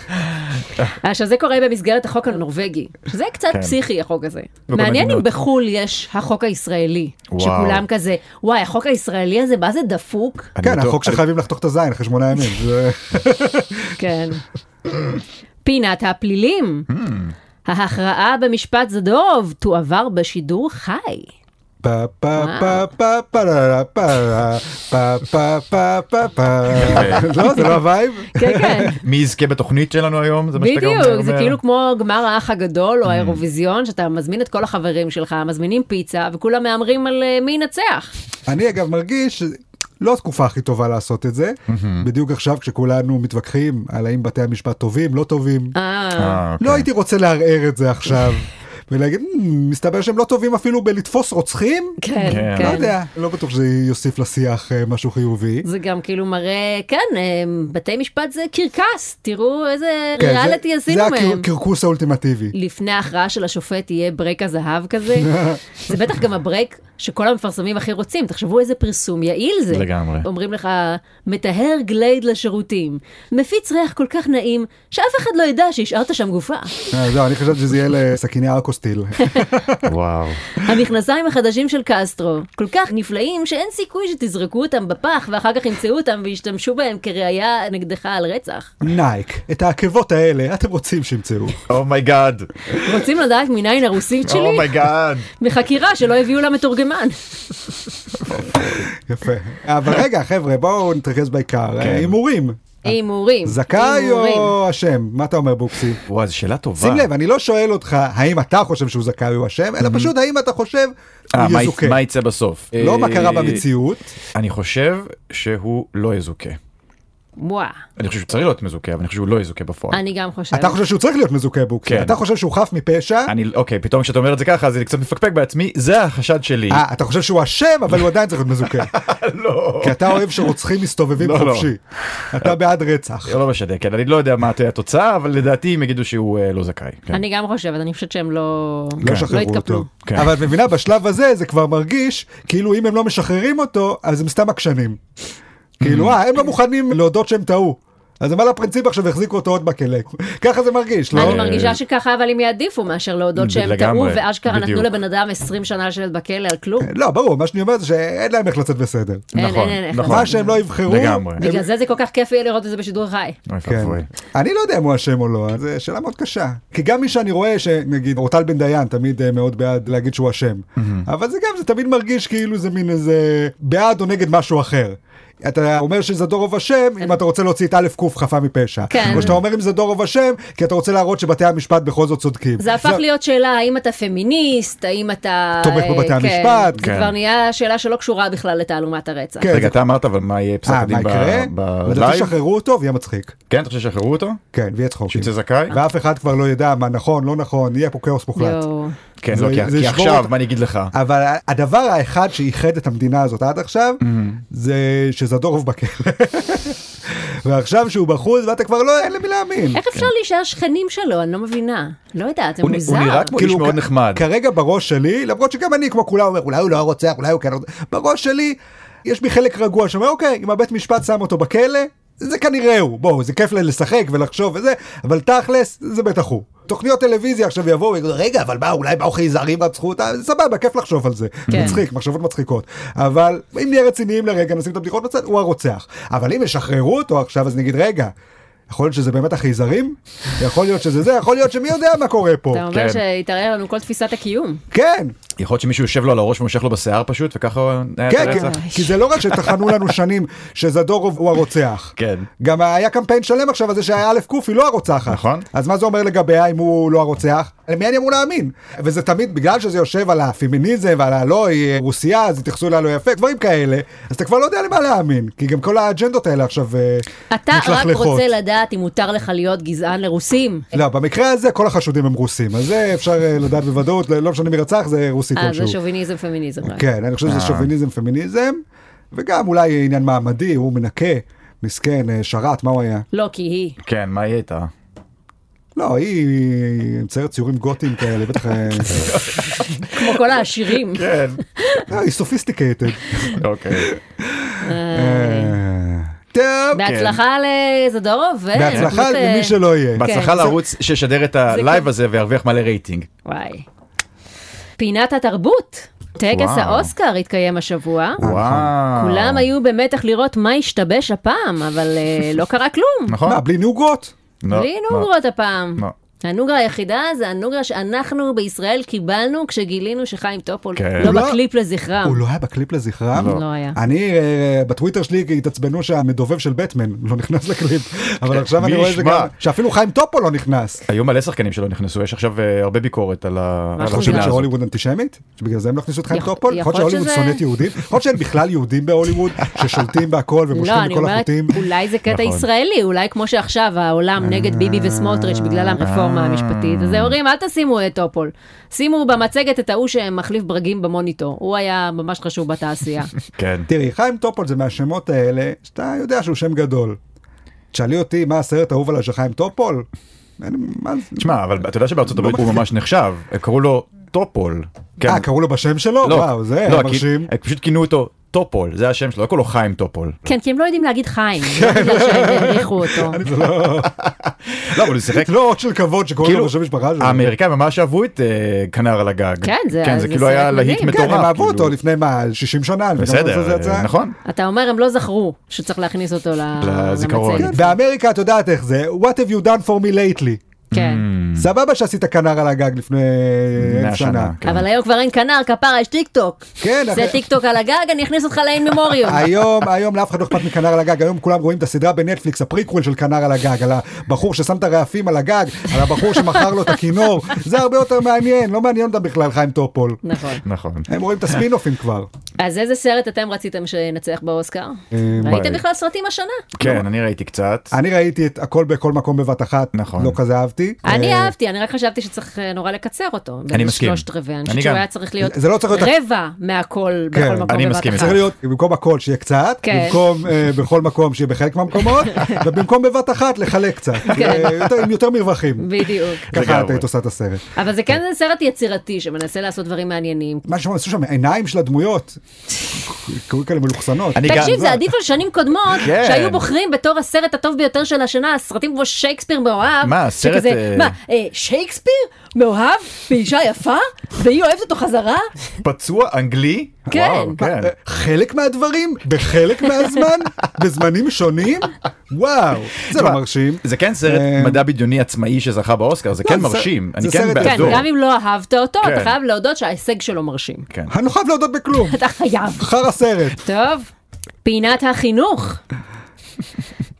Speaker 2: עכשיו זה אה, קורה במסגרת החוק הנורבגי, שזה קצת
Speaker 3: כן.
Speaker 2: פסיכי החוק הזה.
Speaker 3: וגם
Speaker 2: מעניין אם
Speaker 3: מדינות.
Speaker 2: בחו"ל יש החוק הישראלי,
Speaker 3: וואו.
Speaker 2: שכולם כזה, וואי, החוק הישראלי הזה, מה זה דפוק?
Speaker 3: אני
Speaker 1: כן,
Speaker 3: בטוח-
Speaker 1: החוק שחייבים לחתוך את הזין אחרי שמונה ימים. זה-
Speaker 2: כן. פינת הפלילים.
Speaker 3: Hmm.
Speaker 2: ההכרעה במשפט זדוב תועבר בשידור חי.
Speaker 1: פה פה פה פה פה לה, פה לה, פה פה פה פה פה לא זה לא הווייב?
Speaker 2: כן, כן.
Speaker 3: מי יזכה בתוכנית שלנו היום? זה מה שאתה גם אומר? Hmm.
Speaker 2: בדיוק, זה כאילו כמו גמר האח הגדול או האירוויזיון, שאתה מזמין את כל החברים שלך, מזמינים פיצה, וכולם מהמרים על אה, מי ינצח.
Speaker 1: אני אגב מרגיש ש- לא התקופה הכי טובה לעשות את זה בדיוק עכשיו כשכולנו מתווכחים על האם בתי המשפט טובים לא טובים
Speaker 2: אה,
Speaker 3: אה, אוקיי.
Speaker 1: לא הייתי רוצה לערער את זה עכשיו ולהגיד "מ, מסתבר שהם לא טובים אפילו בלתפוס רוצחים
Speaker 2: כן,
Speaker 3: כן.
Speaker 1: לא
Speaker 2: כן.
Speaker 1: יודע לא בטוח שזה יוסיף לשיח אה, משהו חיובי.
Speaker 2: זה גם כאילו מראה, כן, אה, בתי משפט זה קרקס, תראו איזה
Speaker 1: כן, זה-
Speaker 2: ריאליטי עשינו
Speaker 1: זה
Speaker 2: מהם.
Speaker 1: הקרקוס האולטימטיבי.
Speaker 2: לפני ההכרעה של השופט יהיה ברייק הזהב כזה. זה בטח גם הברייק שכל המפרסמים הכי רוצים, תחשבו איזה פרסום יעיל זה.
Speaker 3: לגמרי.
Speaker 2: אומרים לך, מטהר גלייד לשירותים, מפיץ ריח כל כך נעים, שאף אחד לא ידע שהשארת שם גופה.
Speaker 1: אה, זהו, אני חשבתי שזה יהיה לסכיני ארקוסטיל.
Speaker 3: וואו.
Speaker 2: המכנסיים החדשים של קסטרו, כל כך נפלאים שאין סיכוי שתזרקו אותם בפח ואחר כך ימצאו אותם וישתמשו בהם כראיה נגדך על רצח.
Speaker 1: נייק, את העקבות האלה אתם רוצים שימצאו.
Speaker 3: Oh אומייגאד.
Speaker 2: רוצים
Speaker 3: Oh
Speaker 1: Oh
Speaker 2: לדעת מניין הרוסית שלי?
Speaker 3: אומייגאד.
Speaker 2: מחקירה שלא הביאו לה מתורגמן.
Speaker 1: יפה. אבל רגע, חבר'ה, בואו נתרכז בעיקר.
Speaker 3: כן.
Speaker 1: הימורים.
Speaker 2: הימורים.
Speaker 1: זכאי
Speaker 2: הימורים.
Speaker 1: או אשם? מה אתה אומר, בוקסי?
Speaker 3: וואי, זו שאלה טובה.
Speaker 1: שים לב, אני לא שואל אותך האם אתה חושב שהוא זכאי או אשם, אלא פשוט האם אתה חושב
Speaker 3: Mm-hmm. אה,
Speaker 1: הוא
Speaker 3: מה-
Speaker 1: יזוכה.
Speaker 3: מה יצא בסוף?
Speaker 1: לא מה קרה
Speaker 3: אה,
Speaker 1: במציאות.
Speaker 3: אני חושב שהוא לא יזוכה.
Speaker 2: וואו,
Speaker 3: אני חושב שהוא צריך להיות מזוכה, אבל אני חושב שהוא לא יזוכה בפועל.
Speaker 2: אני גם חושבת.
Speaker 1: אתה חושב שהוא צריך להיות מזוכה, בוקסי.
Speaker 3: כן.
Speaker 1: אתה חושב שהוא חף מפשע.
Speaker 3: אני, אוקיי, פתאום כשאתה אומר את זה ככה, אז אני קצת מפקפק בעצמי, זה החשד שלי.
Speaker 1: אה, אתה חושב שהוא אשם, אבל הוא עדיין צריך להיות מזוכה.
Speaker 3: לא.
Speaker 1: כי אתה אוהב שרוצחים מסתובבים
Speaker 3: לא, לא.
Speaker 1: חופשי. אתה בעד רצח.
Speaker 3: זה לא משנה, כן, אני לא יודע מה תהיה התוצאה, אבל לדעתי הם יגידו שהוא אה, לא זכאי. כן.
Speaker 2: אני גם חושבת, אני חושבת שהם לא...
Speaker 1: לא
Speaker 2: לא
Speaker 1: שחררו
Speaker 2: התקפלו.
Speaker 1: אותו.
Speaker 3: כן.
Speaker 1: אבל את מבינה, בשלב הזה זה כבר מרגיש כאילו אם הם לא משחררים אותו, אז הם סתם עקשנים. כאילו, אה, הם לא מוכנים להודות שהם טעו. אז הם על הפרינציפ עכשיו החזיקו אותו עוד בכלא. ככה זה מרגיש, לא?
Speaker 2: אני מרגישה שככה אבל הם יעדיפו מאשר להודות שהם טעו,
Speaker 3: לגמרי,
Speaker 2: ואשכרה נתנו
Speaker 3: בדיוק.
Speaker 2: לבן אדם 20 שנה לשבת בכלא על כלום.
Speaker 1: לא, ברור, מה שאני אומר זה שאין להם איך לצאת בסדר.
Speaker 2: אין,
Speaker 3: נכון,
Speaker 2: אין, אין,
Speaker 3: נכון.
Speaker 1: מה שהם לא יבחרו,
Speaker 3: לגמרי. לא
Speaker 1: הם-
Speaker 2: בגלל זה זה כל כך כיף יהיה לראות את זה בשידור חי.
Speaker 3: אוי,
Speaker 1: כן.
Speaker 3: פאפוי.
Speaker 1: אני לא יודע אם הוא אשם או לא, אז אה, שאלה מאוד קשה. כי גם מי שאני רואה, שנגיד אורטל בן דיין תמיד אה, מאוד בעד להגיד שהוא אשם, אבל זה גם, זה תמיד מרגיש כאילו זה מין איזה בעד או נגד משהו אחר. אתה אומר שזדורוב אשם אם אתה רוצה להוציא את א' ק' חפה מפשע.
Speaker 2: כן.
Speaker 1: או שאתה אומר אם זדורוב אשם כי אתה רוצה להראות שבתי המשפט בכל זאת צודקים. אה,
Speaker 2: זה הפך להיות שאלה האם אתה פמיניסט, האם אתה...
Speaker 1: תומך
Speaker 2: אה,
Speaker 1: בבתי
Speaker 2: כן,
Speaker 1: המשפט,
Speaker 2: זה
Speaker 3: כן.
Speaker 2: כבר נהיה שאלה שלא קשורה בכלל לתעלומת הרצח.
Speaker 1: כן,
Speaker 3: רגע,
Speaker 1: זה-
Speaker 3: אתה אמרת, אבל מה יהיה פסק
Speaker 1: אה,
Speaker 3: הדין
Speaker 1: מה
Speaker 3: ב-
Speaker 1: יקרה? לדעתי
Speaker 3: בלייב?
Speaker 1: שחררו אותו ויהיה מצחיק.
Speaker 3: כן, אתה חושב ששחררו אותו?
Speaker 1: כן, ויהיה צחוקים.
Speaker 3: שיצא זכאי?
Speaker 1: ואף אחד כבר לא ידע מה נכון, לא נכון, יהיה פה כאוס מוחלט.
Speaker 2: יואו.
Speaker 3: כן,
Speaker 1: זה-
Speaker 3: לא, כי-
Speaker 1: זה
Speaker 3: כי
Speaker 1: ישבור אה.
Speaker 3: עכשיו,
Speaker 1: אותה.
Speaker 3: מה אני אגיד לך?
Speaker 1: אבל הדבר האחד שאיחד את המדינה הזאת עד עכשיו, זה שזדורוב בכלא. ועכשיו שהוא בחוץ ואתה כבר לא, אין למי להאמין.
Speaker 2: איך אפשר להישאר שכנים שלו? אני לא מבינה. לא יודעת, זה
Speaker 3: כן. הוא נ- הוא
Speaker 2: מוזר.
Speaker 3: נראה כמו- הוא איש מאוד
Speaker 1: כאילו, כ-
Speaker 3: נחמד.
Speaker 1: כרגע בראש שלי, למרות שגם אני כמו כולם אומר, אולי הוא לא הרוצח, אולי הוא כן רוצח, בראש שלי יש בי חלק רגוע שאומר, אוקיי, אם הבית משפט שם אותו בכלא, זה כנראה הוא. בואו, זה כיף ל- לשחק ולחשוב וזה, אבל תכלס, זה בטח הוא. תוכניות טלוויזיה עכשיו יבואו ויגידו, רגע, אבל מה, אולי באו חייזרים רצחו אותה, זה סבבה, כיף לחשוב על זה.
Speaker 2: כן.
Speaker 1: מצחיק, מחשבות מצחיקות. אבל אם נהיה רציניים לרגע, נשים את הבדיחות בצד, הוא הרוצח. אבל אם ישחררו אותו עכשיו, אז נגיד, רגע. יכול להיות שזה באמת החייזרים? יכול להיות שזה זה, יכול להיות שמי יודע מה קורה פה.
Speaker 2: אתה אומר
Speaker 3: כן.
Speaker 2: שהתערער לנו כל תפיסת הקיום.
Speaker 1: כן,
Speaker 3: יכול להיות שמישהו יושב לו על הראש ומושך לו בשיער פשוט, וככה היה את
Speaker 1: כן, כן,
Speaker 3: הרצח?
Speaker 1: כי זה לא רק שטחנו לנו שנים שזדורוב הוא הרוצח.
Speaker 3: כן.
Speaker 1: גם היה קמפיין שלם עכשיו על זה שהיה א' ק' היא לא הרוצחת.
Speaker 3: נכון.
Speaker 1: אז מה זה אומר לגביה אם הוא לא הרוצח? למי אני אמור להאמין? וזה תמיד, בגלל שזה יושב על הפמיניזם ועל הלא, היא רוסייה, אז התייחסו אליה לא יפה, דברים כאלה, אז אתה כבר לא יודע למה להאמין, כי גם כל האג'נדות האלה עכשיו אה,
Speaker 2: אתה רק
Speaker 1: מתלכלכות.
Speaker 2: רוצה לדעת אם מותר לך להיות גזען לרוסים.
Speaker 1: לא, במקרה הזה כל החשודים הם רוסים, אז זה אפשר אה, לדעת בוודאות, לא משנה מי רצח, זה רוסי
Speaker 2: אה,
Speaker 1: כלשהו.
Speaker 2: זה שוביניזם פמיניזם. רק.
Speaker 1: כן, אני חושב
Speaker 3: אה.
Speaker 1: שזה שוביניזם, פמיניזם, וגם אולי עניין מעמדי, הוא מנקה, מסכן, אה, שרת, מה הוא היה?
Speaker 2: לא, כי היא.
Speaker 3: כן, מה יהיה איתה?
Speaker 1: לא, היא מציירת ציורים גותיים כאלה, בטח... אה,
Speaker 2: כמו כל העשירים.
Speaker 3: כן.
Speaker 1: לא, היא סופיסטיקייטד.
Speaker 3: אוקיי.
Speaker 1: אה, טוב,
Speaker 2: בהצלחה לזדורוב. ו-
Speaker 1: בהצלחה
Speaker 2: דמות, אה,
Speaker 1: למי שלא יהיה.
Speaker 3: בהצלחה
Speaker 2: כן.
Speaker 3: לערוץ שישדר את הלייב הזה וירוויח מלא רייטינג.
Speaker 1: אה,
Speaker 2: וואי. פינת התרבות. טקס
Speaker 3: וואו.
Speaker 2: האוסקר התקיים השבוע.
Speaker 1: נכון.
Speaker 3: וואו.
Speaker 2: כולם היו במתח לראות מה השתבש הפעם, אבל אה, לא קרה כלום.
Speaker 3: נכון?
Speaker 1: מה, בלי נוגות?
Speaker 3: לא,
Speaker 2: בלי
Speaker 3: לא.
Speaker 2: נוגרות הפעם.
Speaker 3: לא.
Speaker 2: הנוגרה היחידה זה הנוגרה שאנחנו בישראל קיבלנו כשגילינו שחיים טופול
Speaker 3: כן.
Speaker 2: לא
Speaker 1: הוא לא-
Speaker 2: בקליפ לזכרם.
Speaker 1: הוא לא היה בקליפ לזכרם?
Speaker 2: לא. לא היה.
Speaker 1: אני, אה, בטוויטר שלי התעצבנו שהמדובב של בטמן לא נכנס לקליפ, אבל עכשיו
Speaker 3: מי
Speaker 1: אני רואה
Speaker 3: ישמע?
Speaker 1: שגם- שאפילו חיים טופו לא נכנס.
Speaker 3: היו מלא שחקנים שלא נכנסו, יש עכשיו אה, הרבה ביקורת על ה- על
Speaker 1: את
Speaker 2: אנחנו
Speaker 1: חושבת
Speaker 3: הפינה הזאת.
Speaker 1: שהוליווד אנטישמית? שבגלל זה הם לא הכניסו את חיים
Speaker 2: יכול-
Speaker 1: טופול? יכול להיות
Speaker 2: יכול
Speaker 1: שהוליווד
Speaker 2: שזה-
Speaker 1: שונאת יהודים? יכול להיות שאין בכלל יהודים בהוליווד ששולטים בהכל
Speaker 2: לא,
Speaker 1: ומושכים
Speaker 2: אני
Speaker 1: בכל
Speaker 2: אומרת,
Speaker 1: החוטים?
Speaker 2: אולי זה קטע
Speaker 3: נכון. אה.
Speaker 2: ישראלי, אולי כמו שעכשיו העולם נגד ביבי וסמוטריץ' בגלל הרפורמה המשפטית. אז אומרים, אל תשימו את טופול. שימו במצגת את ההוא שמחליף ברגים במוניטור. הוא היה ממש חשוב בתעשייה.
Speaker 3: כן.
Speaker 1: תראי, חיים טופול זה מהשמות האלה שאתה יודע שהוא שם גדול. תשאלי אותי מה הסרט האהוב עליי של חיים טופול? אני- מה זה-
Speaker 3: תשמע, אבל אתה יודע שבארצות הברית הוא ממש נחשב, קראו לו טופול. כן.
Speaker 1: לא אה, קראו לו בשם שלו?
Speaker 3: לא,
Speaker 1: וואו, זה
Speaker 3: לא,
Speaker 1: היה
Speaker 3: כי-
Speaker 1: מרשים.
Speaker 3: פשוט כינו אותו טופול, זה השם שלו, לא קראו לו חיים טופול.
Speaker 2: כן, כי הם לא יודעים להגיד חיים, לא
Speaker 3: כן.
Speaker 2: בגלל שהם העריכו אותו.
Speaker 1: זה לא-
Speaker 3: לא, אבל הוא שיחק.
Speaker 1: לא אות של כבוד שקוראים לו
Speaker 3: כאילו,
Speaker 1: בשם משפחה שלו.
Speaker 3: האמריקאים ממש אהבו את אה, כנר על הגג.
Speaker 2: כן, זה-
Speaker 3: כן,
Speaker 2: זה
Speaker 3: זה כאילו היה
Speaker 2: סרט
Speaker 3: להיט
Speaker 2: מדהים.
Speaker 3: מטורף.
Speaker 1: כן, הם אהבו
Speaker 3: כאילו.
Speaker 1: אותו לפני מה, 60 שנה? אני לא יודע מתי זה
Speaker 3: בסדר,
Speaker 1: יצא.
Speaker 3: אה, נכון.
Speaker 2: אתה אומר, הם לא זכרו שצריך להכניס אותו ל-
Speaker 3: לזיכרון.
Speaker 1: כן.
Speaker 2: למצגת.
Speaker 3: Mm.
Speaker 1: באמריקה את יודעת איך זה, what have you done for me lately?
Speaker 2: כן.
Speaker 1: סבבה שעשית כנר על הגג לפני אלף
Speaker 3: מאה
Speaker 1: שנה.
Speaker 3: שנה. כן.
Speaker 2: אבל היום כבר אין כנר, כפרה, יש טיק טוק.
Speaker 1: כן,
Speaker 2: זה
Speaker 1: אחי.
Speaker 2: טיק טוק על הגג, אני אכניס אותך לאין ממוריום.
Speaker 1: היום, היום לאף אחד לא אכפת מכנר על הגג, היום כולם רואים את הסדרה בנטפליקס, הפריקוול של כנר על הגג, על הבחור ששם את הרעפים על הגג, על הבחור שמכר לו את הכינור, זה הרבה יותר מעניין, לא מעניין אותם בכלל חיים טופול.
Speaker 2: נכון.
Speaker 3: נכון.
Speaker 1: הם רואים את הספינופים כבר.
Speaker 2: אז איזה סרט אתם רציתם שננצח באוסקר? ראיתם
Speaker 3: ביי.
Speaker 2: בכלל סרטים השנה?
Speaker 1: לא.
Speaker 3: כן, אני ראיתי קצת.
Speaker 1: אמ, אני ראיתי את הכל בכל מקום בבת אחת,
Speaker 3: נכון.
Speaker 1: לא כזה אהבתי.
Speaker 2: אני
Speaker 1: אה,
Speaker 2: אהבתי, אני רק חשבתי שצריך אה, נורא לקצר אותו.
Speaker 3: אני מסכים.
Speaker 2: שלושת רבעי, אני
Speaker 3: אני
Speaker 2: חושבת שהוא
Speaker 3: גם.
Speaker 2: היה צריך להיות
Speaker 1: זה לא צריך להיות-
Speaker 2: רבע מהכל
Speaker 1: כן,
Speaker 2: בכל מקום
Speaker 3: אני
Speaker 2: בבת
Speaker 3: מסכים
Speaker 2: אחת.
Speaker 3: איתך.
Speaker 1: צריך להיות במקום הכל שיהיה קצת,
Speaker 2: כן.
Speaker 1: במקום אה, בכל מקום שיהיה בחלק מהמקומות, ובמקום בבת אחת לחלק קצת,
Speaker 2: כן.
Speaker 1: אה, יותר- עם יותר מרווחים.
Speaker 2: בדיוק.
Speaker 1: ככה
Speaker 3: לגמרי.
Speaker 1: את היית עושה את הסרט.
Speaker 2: אבל זה כן סרט יצירתי שמנסה לעשות דברים מעניינים.
Speaker 1: מה שהם עשו שם, העיניים של הדמויות, כאילו כאלה מלוכסנות.
Speaker 3: אני
Speaker 2: תקשיב,
Speaker 3: גם-
Speaker 2: זה עדיף על שנים קודמות,
Speaker 3: כן.
Speaker 2: שהיו בוחרים בתור הסרט הטוב ביותר של השנה, סרטים כמו שייקספיר מאוהב.
Speaker 3: מה, הסרט,
Speaker 2: שכזה,
Speaker 3: אה,
Speaker 2: מה, אה, שייקספיר מאוהב באישה יפה, והיא אוהבת אותו חזרה?
Speaker 3: פצוע אנגלי?
Speaker 2: כן.
Speaker 3: וואו, כן.
Speaker 1: מה, אה, חלק מהדברים, בחלק מהזמן, בזמנים שונים, וואו, זה לא
Speaker 3: תשמע,
Speaker 1: מרשים.
Speaker 3: זה כן סרט
Speaker 1: אה,
Speaker 3: מדע בדיוני עצמאי שזכה באוסקר, זה
Speaker 1: לא,
Speaker 3: כן
Speaker 1: זה-
Speaker 3: מרשים.
Speaker 1: זה
Speaker 3: אני
Speaker 1: סרט
Speaker 3: כן
Speaker 1: יפה.
Speaker 2: כן,
Speaker 3: בעדו.
Speaker 2: גם אם לא אהבת אותו, אתה
Speaker 3: כן.
Speaker 2: חייב להודות שההישג שלו מרשים.
Speaker 3: כן.
Speaker 1: אני לא חייב להודות בכלום,
Speaker 2: אתה חייב.
Speaker 1: חרא סרט.
Speaker 2: טוב, פינת החינוך.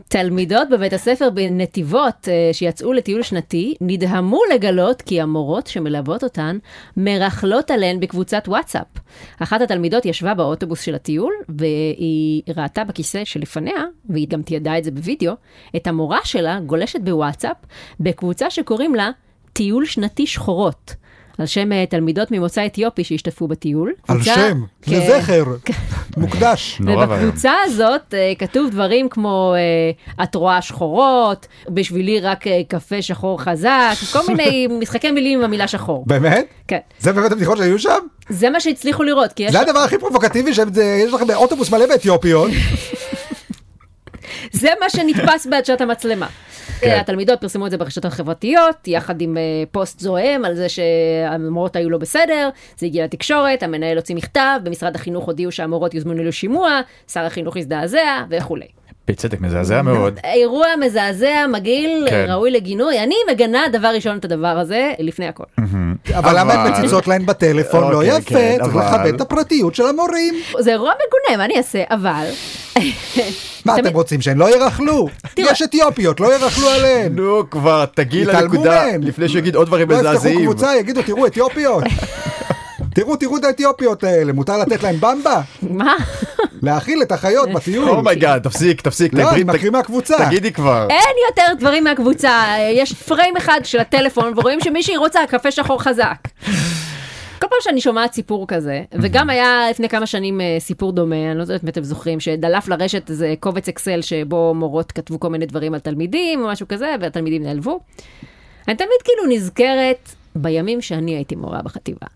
Speaker 2: תלמידות בבית הספר בנתיבות אה, שיצאו לטיול שנתי נדהמו לגלות כי המורות שמלוות אותן מרכלות עליהן בקבוצת וואטסאפ. אחת התלמידות ישבה באוטובוס של הטיול והיא ראתה בכיסא שלפניה, והיא גם תיעדה את זה בווידאו, את המורה שלה גולשת בוואטסאפ בקבוצה שקוראים לה טיול שנתי שחורות. על שם אה, תלמידות ממוצא אתיופי שהשתתפו בטיול.
Speaker 1: על
Speaker 2: קבוצה-
Speaker 1: שם,
Speaker 2: כן.
Speaker 1: לזכר, מוקדש.
Speaker 3: נורא ואיום.
Speaker 2: ובקבוצה הזאת אה, כתוב דברים כמו אה, את רואה שחורות, בשבילי רק אה, קפה שחור חזק, כל מיני משחקי מילים עם המילה שחור.
Speaker 1: באמת?
Speaker 2: כן.
Speaker 1: זה באמת הבדיחות שהיו שם?
Speaker 2: זה מה שהצליחו לראות, כי יש...
Speaker 1: זה הדבר הכי פרובוקטיבי שיש לכם אוטובוס מלא באתיופיות.
Speaker 2: זה מה שנתפס בעדשת המצלמה. אה,
Speaker 3: כן.
Speaker 2: התלמידות פרסמו את זה ברשתות החברתיות, יחד עם אה, פוסט זועם על זה שהמורות היו לא בסדר, זה הגיע לתקשורת, המנהל הוציא מכתב, במשרד החינוך הודיעו שהמורות יוזמנו לשימוע, שר החינוך הזדעזע וכולי.
Speaker 3: בצדק מזעזע מאוד.
Speaker 2: אירוע מזעזע, מגעיל,
Speaker 3: כן.
Speaker 2: ראוי לגינוי. אני מגנה דבר ראשון את הדבר הזה, לפני הכל.
Speaker 1: אבל למה הן מציצות להן בטלפון? לא
Speaker 3: אוקיי,
Speaker 1: יפה,
Speaker 3: כן,
Speaker 1: צריך
Speaker 3: אבל-
Speaker 1: לכבד את הפרטיות של המורים.
Speaker 2: זה אירוע מגונה, מה אני אעשה? אבל...
Speaker 1: מה
Speaker 2: תמיד-
Speaker 1: אתם רוצים, שהן לא ירכלו?
Speaker 2: תראה-
Speaker 1: יש אתיופיות, לא ירכלו עליהן.
Speaker 3: נו כבר, תגיעי
Speaker 1: התעלמו
Speaker 3: לנקודה
Speaker 1: מהם.
Speaker 3: לפני שיגיד עוד דברים
Speaker 1: לא יפתחו
Speaker 3: מזעזעים.
Speaker 1: קבוצה, יגידו תראו אתיופיות. תראו, תראו את האתיופיות האלה, מותר לתת להן במבה?
Speaker 2: מה?
Speaker 1: להאכיל את החיות בטיול.
Speaker 3: אומייגאד, תפסיק, תפסיק.
Speaker 1: לא,
Speaker 3: תעברי-
Speaker 1: אני מקריא
Speaker 3: ת-
Speaker 1: מהקבוצה.
Speaker 3: תגידי כבר.
Speaker 2: אין יותר דברים מהקבוצה, יש פריים אחד של הטלפון, ורואים שמישהי רוצה קפה שחור חזק. כל פעם שאני שומעת סיפור כזה, וגם היה לפני כמה שנים אה, סיפור דומה, אני לא יודעת אם אתם זוכרים, שדלף לרשת איזה קובץ אקסל שבו מורות כתבו כל מיני דברים על תלמידים או משהו כזה, והתלמידים נעלבו. אני תמיד כאילו נזכרת בימים שאני הייתי מורה בחטיבה.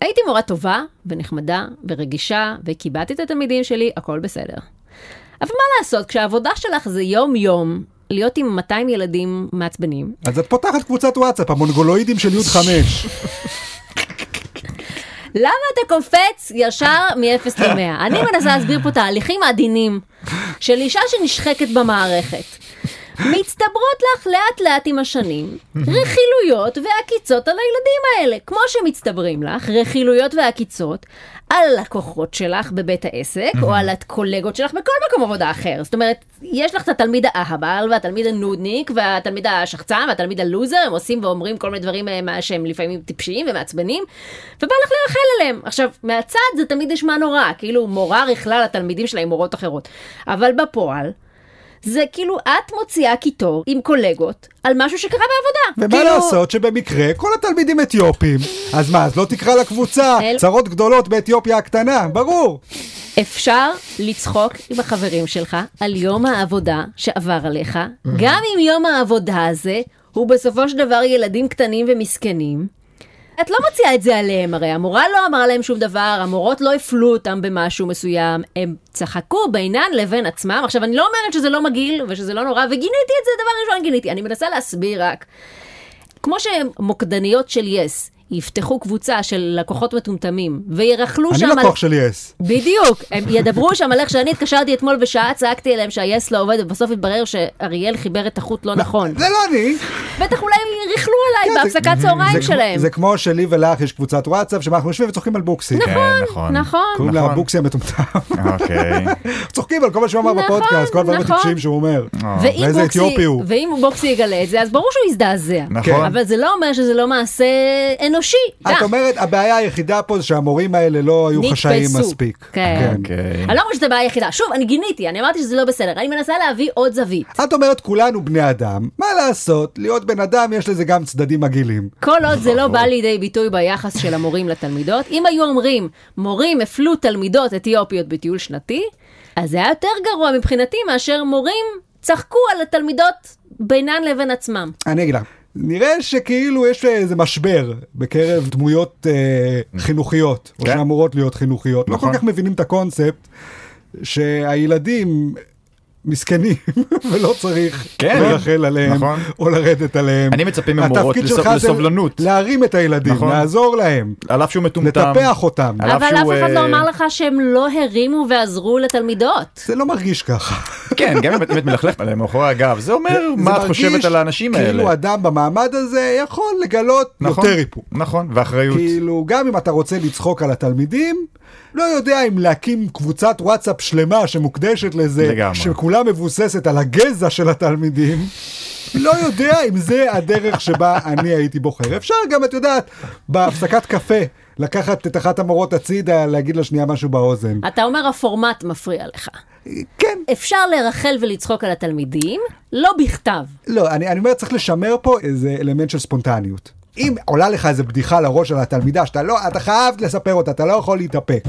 Speaker 2: הייתי מורה טובה ונחמדה ורגישה, וכיבדתי את התלמידים שלי, הכל בסדר. אבל מה לעשות, כשהעבודה שלך זה יום-יום, להיות עם 200 ילדים מעצבנים,
Speaker 1: אז את פותחת קבוצת וואטסאפ, המונגולואידים של יוד חמש.
Speaker 2: למה אתה קופץ ישר מ-0 ל-100? אני מנסה להסביר פה תהליכים עדינים של אישה שנשחקת במערכת. מצטברות לך לאט לאט עם השנים רכילויות ועקיצות על הילדים האלה. כמו שמצטברים לך רכילויות ועקיצות על לקוחות שלך בבית העסק או על הקולגות שלך בכל מקום עבודה אחר. זאת אומרת, יש לך את התלמיד האהבל והתלמיד הנודניק והתלמיד השחצן והתלמיד הלוזר, הם עושים ואומרים כל מיני דברים אה, מה שהם לפעמים טיפשיים ומעצבנים, ובא לך לרחל עליהם. עכשיו, מהצד זה תמיד נשמע נורא, כאילו מורה ריכלה לתלמידים שלה עם מורות אחרות, אבל בפועל... זה כאילו את מוציאה קיטור עם קולגות על משהו שקרה בעבודה.
Speaker 1: ומה
Speaker 2: כאילו,
Speaker 1: לעשות שבמקרה כל התלמידים אתיופים. אז מה, אז לא תקרא לקבוצה
Speaker 2: אל-
Speaker 1: צרות גדולות באתיופיה הקטנה, ברור.
Speaker 2: אפשר לצחוק עם החברים שלך על יום העבודה שעבר עליך, גם אם יום העבודה הזה הוא בסופו של דבר ילדים קטנים ומסכנים. את לא מוציאה את זה עליהם, הרי המורה לא אמרה להם שום דבר, המורות לא הפלו אותם במשהו מסוים, הם צחקו בינן לבין עצמם. עכשיו, אני לא אומרת שזה לא מגעיל ושזה לא נורא, וגיניתי את זה, דבר ראשון גיניתי, אני מנסה להסביר רק. כמו שמוקדניות של יס יפתחו קבוצה של לקוחות מטומטמים וירכלו שם...
Speaker 1: אני לא
Speaker 2: על-
Speaker 1: לקוח של יס.
Speaker 2: בדיוק, הם ידברו שם על איך שאני התקשרתי אתמול בשעה, צעקתי אליהם שהיס לא עובד, ובסוף התברר שאריאל חיבר את החוט לא נכון.
Speaker 1: זה לא אני.
Speaker 2: בטח אולי הם ריכלו עליי
Speaker 1: כן, זה-
Speaker 2: בהפסקת
Speaker 1: זה
Speaker 2: צהריים
Speaker 1: כמו-
Speaker 2: שלהם.
Speaker 1: זה כמו שלי ולך יש קבוצת וואטסאפ שבה אנחנו יושבים וצוחקים על בוקסי.
Speaker 3: כן, נכון.
Speaker 2: נכון.
Speaker 1: קוראים לה
Speaker 3: נכון.
Speaker 1: בוקסי המטומטם.
Speaker 3: אוקיי.
Speaker 1: צוחקים על כל מה שהוא אמר
Speaker 2: נכון,
Speaker 1: בפודקאסט, כל הדברים
Speaker 2: נכון.
Speaker 1: הטיפשיים שהוא אומר.
Speaker 2: ואם
Speaker 1: ואיזה
Speaker 2: בוקסי,
Speaker 1: אתיופי הוא.
Speaker 2: ואם בוקסי יגלה את זה, אז ברור שהוא יזדעזע.
Speaker 3: נכון.
Speaker 2: אבל זה לא אומר שזה לא מעשה אנושי.
Speaker 1: את
Speaker 2: דה.
Speaker 1: אומרת, הבעיה היחידה פה זה שהמורים האלה לא היו חשאיים
Speaker 2: נתפסו.
Speaker 1: מספיק.
Speaker 2: כן.
Speaker 3: אוקיי.
Speaker 2: אני לא אומרת שזו הבעיה היחידה. שוב, אני גיניתי, אני אמרתי שזה לא בסדר. אני מנסה להביא עוד זווית.
Speaker 1: את אומרת, כולנו בני אדם, מה לעשות, להיות בן אדם יש לזה גם צדדים מגעילים.
Speaker 2: כל עוד זה
Speaker 3: נכון.
Speaker 2: לא בא לידי ביטוי ביחס של המורים לתלמידות, אם היו אומרים, מורים הפלו תלמידות אתיופיות בטיול שנתי, אז זה היה יותר גרוע מבחינתי מאשר מורים צחקו על התלמידות בינן לבין עצמם.
Speaker 1: אני אגיד לך. נראה שכאילו יש איזה משבר בקרב דמויות אה, חינוכיות, או
Speaker 3: כן.
Speaker 1: שאמורות להיות חינוכיות. לא כל
Speaker 3: נכון.
Speaker 1: כך מבינים את הקונספט שהילדים מסכנים, ולא צריך
Speaker 3: כן.
Speaker 1: לרחל עליהם,
Speaker 3: נכון.
Speaker 1: או לרדת עליהם.
Speaker 3: אני מצפה ממורות
Speaker 1: התפקיד
Speaker 3: לסב-
Speaker 1: שלך זה
Speaker 3: לסובלנות.
Speaker 1: להרים את הילדים,
Speaker 3: נכון.
Speaker 1: לעזור להם,
Speaker 3: על אף שהוא מטומטם.
Speaker 1: לטפח אותם.
Speaker 3: על אף
Speaker 2: אבל אף
Speaker 3: שהוא,
Speaker 2: אחד לא
Speaker 3: אה,
Speaker 2: אמר לך שהם לא הרימו ועזרו לתלמידות.
Speaker 1: זה לא מרגיש ככה.
Speaker 3: כן, גם אם את באמת מלכלכת עליהם מאחורי הגב, זה אומר
Speaker 1: זה
Speaker 3: אה, מה את
Speaker 1: מרגיש
Speaker 3: חושבת על האנשים
Speaker 1: כאילו
Speaker 3: האלה.
Speaker 1: אדם במעמד הזה יכול לגלות
Speaker 3: נכון.
Speaker 1: יותר איפוק.
Speaker 3: נכון, ואחריות.
Speaker 1: כאילו, גם אם אתה רוצה לצחוק על התלמידים, לא יודע אם להקים קבוצת וואטסאפ שלמה שמוקדשת לזה,
Speaker 3: לגמרי.
Speaker 1: שכולה מבוססת על הגזע של התלמידים, לא יודע אם זה הדרך שבה אני הייתי בוחר. אפשר גם, את יודעת, בהפסקת קפה, לקחת את אחת המורות הצידה, להגיד לה שנייה משהו באוזן.
Speaker 2: אתה אומר הפורמט מפריע לך.
Speaker 1: כן,
Speaker 2: אפשר לרחל ולצחוק על התלמידים, לא בכתב.
Speaker 1: לא, אני, אני אומר, צריך לשמר פה איזה אלמנט של ספונטניות. אם עולה לך איזה בדיחה לראש על התלמידה שאתה לא, אתה חייב לספר אותה, אתה לא יכול להתאפק.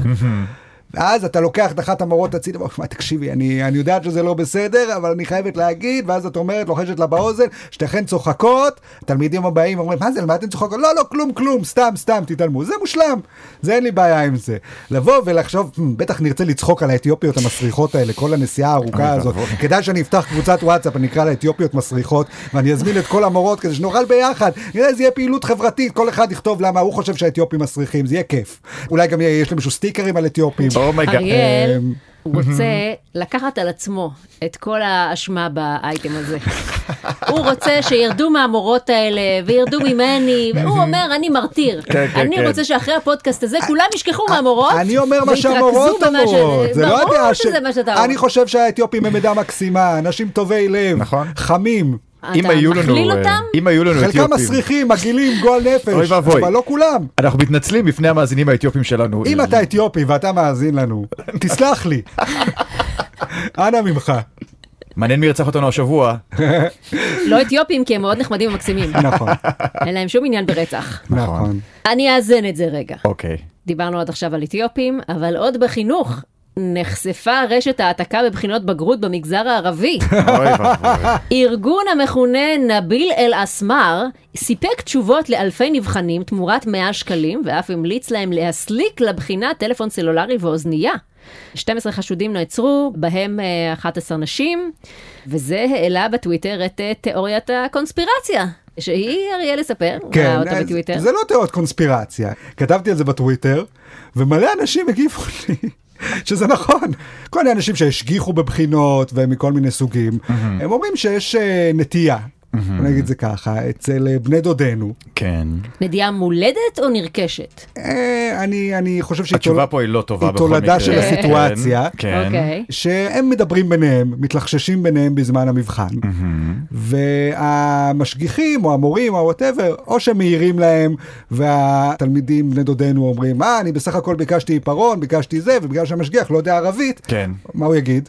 Speaker 1: ואז אתה לוקח את אחת המורות הצידה, ואומר, "שמע, תקשיבי, אני, אני יודעת שזה לא בסדר, אבל אני חייבת להגיד, ואז את אומרת, לוחשת לה באוזן, שתיכן צוחקות, התלמידים הבאים אומרים, מה זה, למה אתן צוחקות? לא, לא, כלום, כלום, סתם, סתם, תתעלמו. זה מושלם, זה אין לי בעיה עם זה. לבוא ולחשוב, "מ, בטח נרצה לצחוק על האתיופיות המסריחות האלה, כל הנסיעה הארוכה הזאת. כדאי שאני אפתח קבוצת וואטסאפ, אני אקרא לה אתיופיות מסריחות, ואני אזמין את כל המורות כדי שנאכל ביחד. נראה, זה יהיה פעילות חברתית, כל אחד יכתוב למה הוא חושב שהאתיופים מסריחים, זה יהיה כיף. אולי גם יהיה- יש למישהו סטיקרים על אתיופים.
Speaker 3: אומייגאד.
Speaker 2: אריאל
Speaker 1: אמ,
Speaker 2: רוצה לקחת על עצמו את כל האשמה באייטם הזה. הוא רוצה שירדו מהמורות האלה וירדו ממני, והוא אומר, אני מרתיר.
Speaker 3: כן, כן,
Speaker 2: אני
Speaker 3: כן.
Speaker 2: רוצה שאחרי הפודקאסט הזה כולם ישכחו מהמורות
Speaker 1: אני אומר מה
Speaker 2: ויתרכזו
Speaker 1: שהמורות
Speaker 2: במה ש-
Speaker 1: אומרות, זה לא הדעה
Speaker 2: ברור
Speaker 1: ש...
Speaker 2: שזה מה שאתה אומר.
Speaker 1: אני חושב שהאתיופים הם עדה מקסימה, אנשים טובי לב,
Speaker 3: נכון.
Speaker 1: חמים,
Speaker 3: אם היו לנו...
Speaker 2: אתה מכליל
Speaker 3: אה,
Speaker 2: אותם?
Speaker 3: אם היו לנו
Speaker 1: חלקם
Speaker 3: אתיופים.
Speaker 1: מסריחים, מגעילים, גועל
Speaker 3: אוי
Speaker 1: נפש,
Speaker 3: ואבוי.
Speaker 1: אבל לא כולם.
Speaker 3: אנחנו מתנצלים בפני המאזינים האתיופים שלנו.
Speaker 1: אם אתה אתיופי ואתה מאזין לנו, תסלח לי. אנא ממך.
Speaker 3: מעניין מי ירצח אותנו השבוע.
Speaker 2: לא אתיופים, כי הם מאוד נחמדים ומקסימים.
Speaker 1: נכון,
Speaker 2: אין להם שום עניין ברצח.
Speaker 1: נכון.
Speaker 2: אני אאזן את זה רגע.
Speaker 3: אוקיי.
Speaker 2: דיברנו עד עכשיו על אתיופים, אבל עוד בחינוך נחשפה רשת העתקה בבחינות בגרות במגזר הערבי.
Speaker 3: אוי ואבוי.
Speaker 2: ארגון המכונה נביל אל-אסמר סיפק תשובות לאלפי נבחנים תמורת 100 שקלים, ואף המליץ להם להסליק לבחינה טלפון סלולרי ואוזנייה. 12 חשודים נעצרו, בהם אה, 11 נשים, וזה העלה בטוויטר את אה, תיאוריית הקונספירציה, שהיא אריאל לספר, ראה אותה
Speaker 1: כן, אז-
Speaker 2: אה, בטוויטר.
Speaker 1: זה לא תיאוריות קונספירציה. כתבתי על זה בטוויטר, ומלא אנשים הגיבו לי. שזה נכון, כל מיני אנשים שהשגיחו בבחינות ומכל מיני סוגים, הם אומרים שיש אה, נטייה, נגיד זה ככה, אצל אה, בני דודינו.
Speaker 3: כן.
Speaker 2: נדיעה מולדת או נרכשת?
Speaker 1: אה, אני, אני חושב שהיא
Speaker 3: התשובה
Speaker 1: תול-
Speaker 3: פה היא לא טובה
Speaker 1: היא
Speaker 3: בכל מקרה.
Speaker 1: תולדה של
Speaker 3: כן,
Speaker 1: הסיטואציה.
Speaker 3: כן.
Speaker 2: אוקיי.
Speaker 1: שהם מדברים ביניהם, מתלחששים ביניהם בזמן המבחן. והמשגיחים או המורים או וואטאבר, או שמעירים להם, והתלמידים בני דודינו אומרים, אה, אני בסך הכל ביקשתי עיפרון, ביקשתי זה, ובגלל שהמשגיח לא יודע ערבית,
Speaker 3: כן.
Speaker 1: מה הוא יגיד?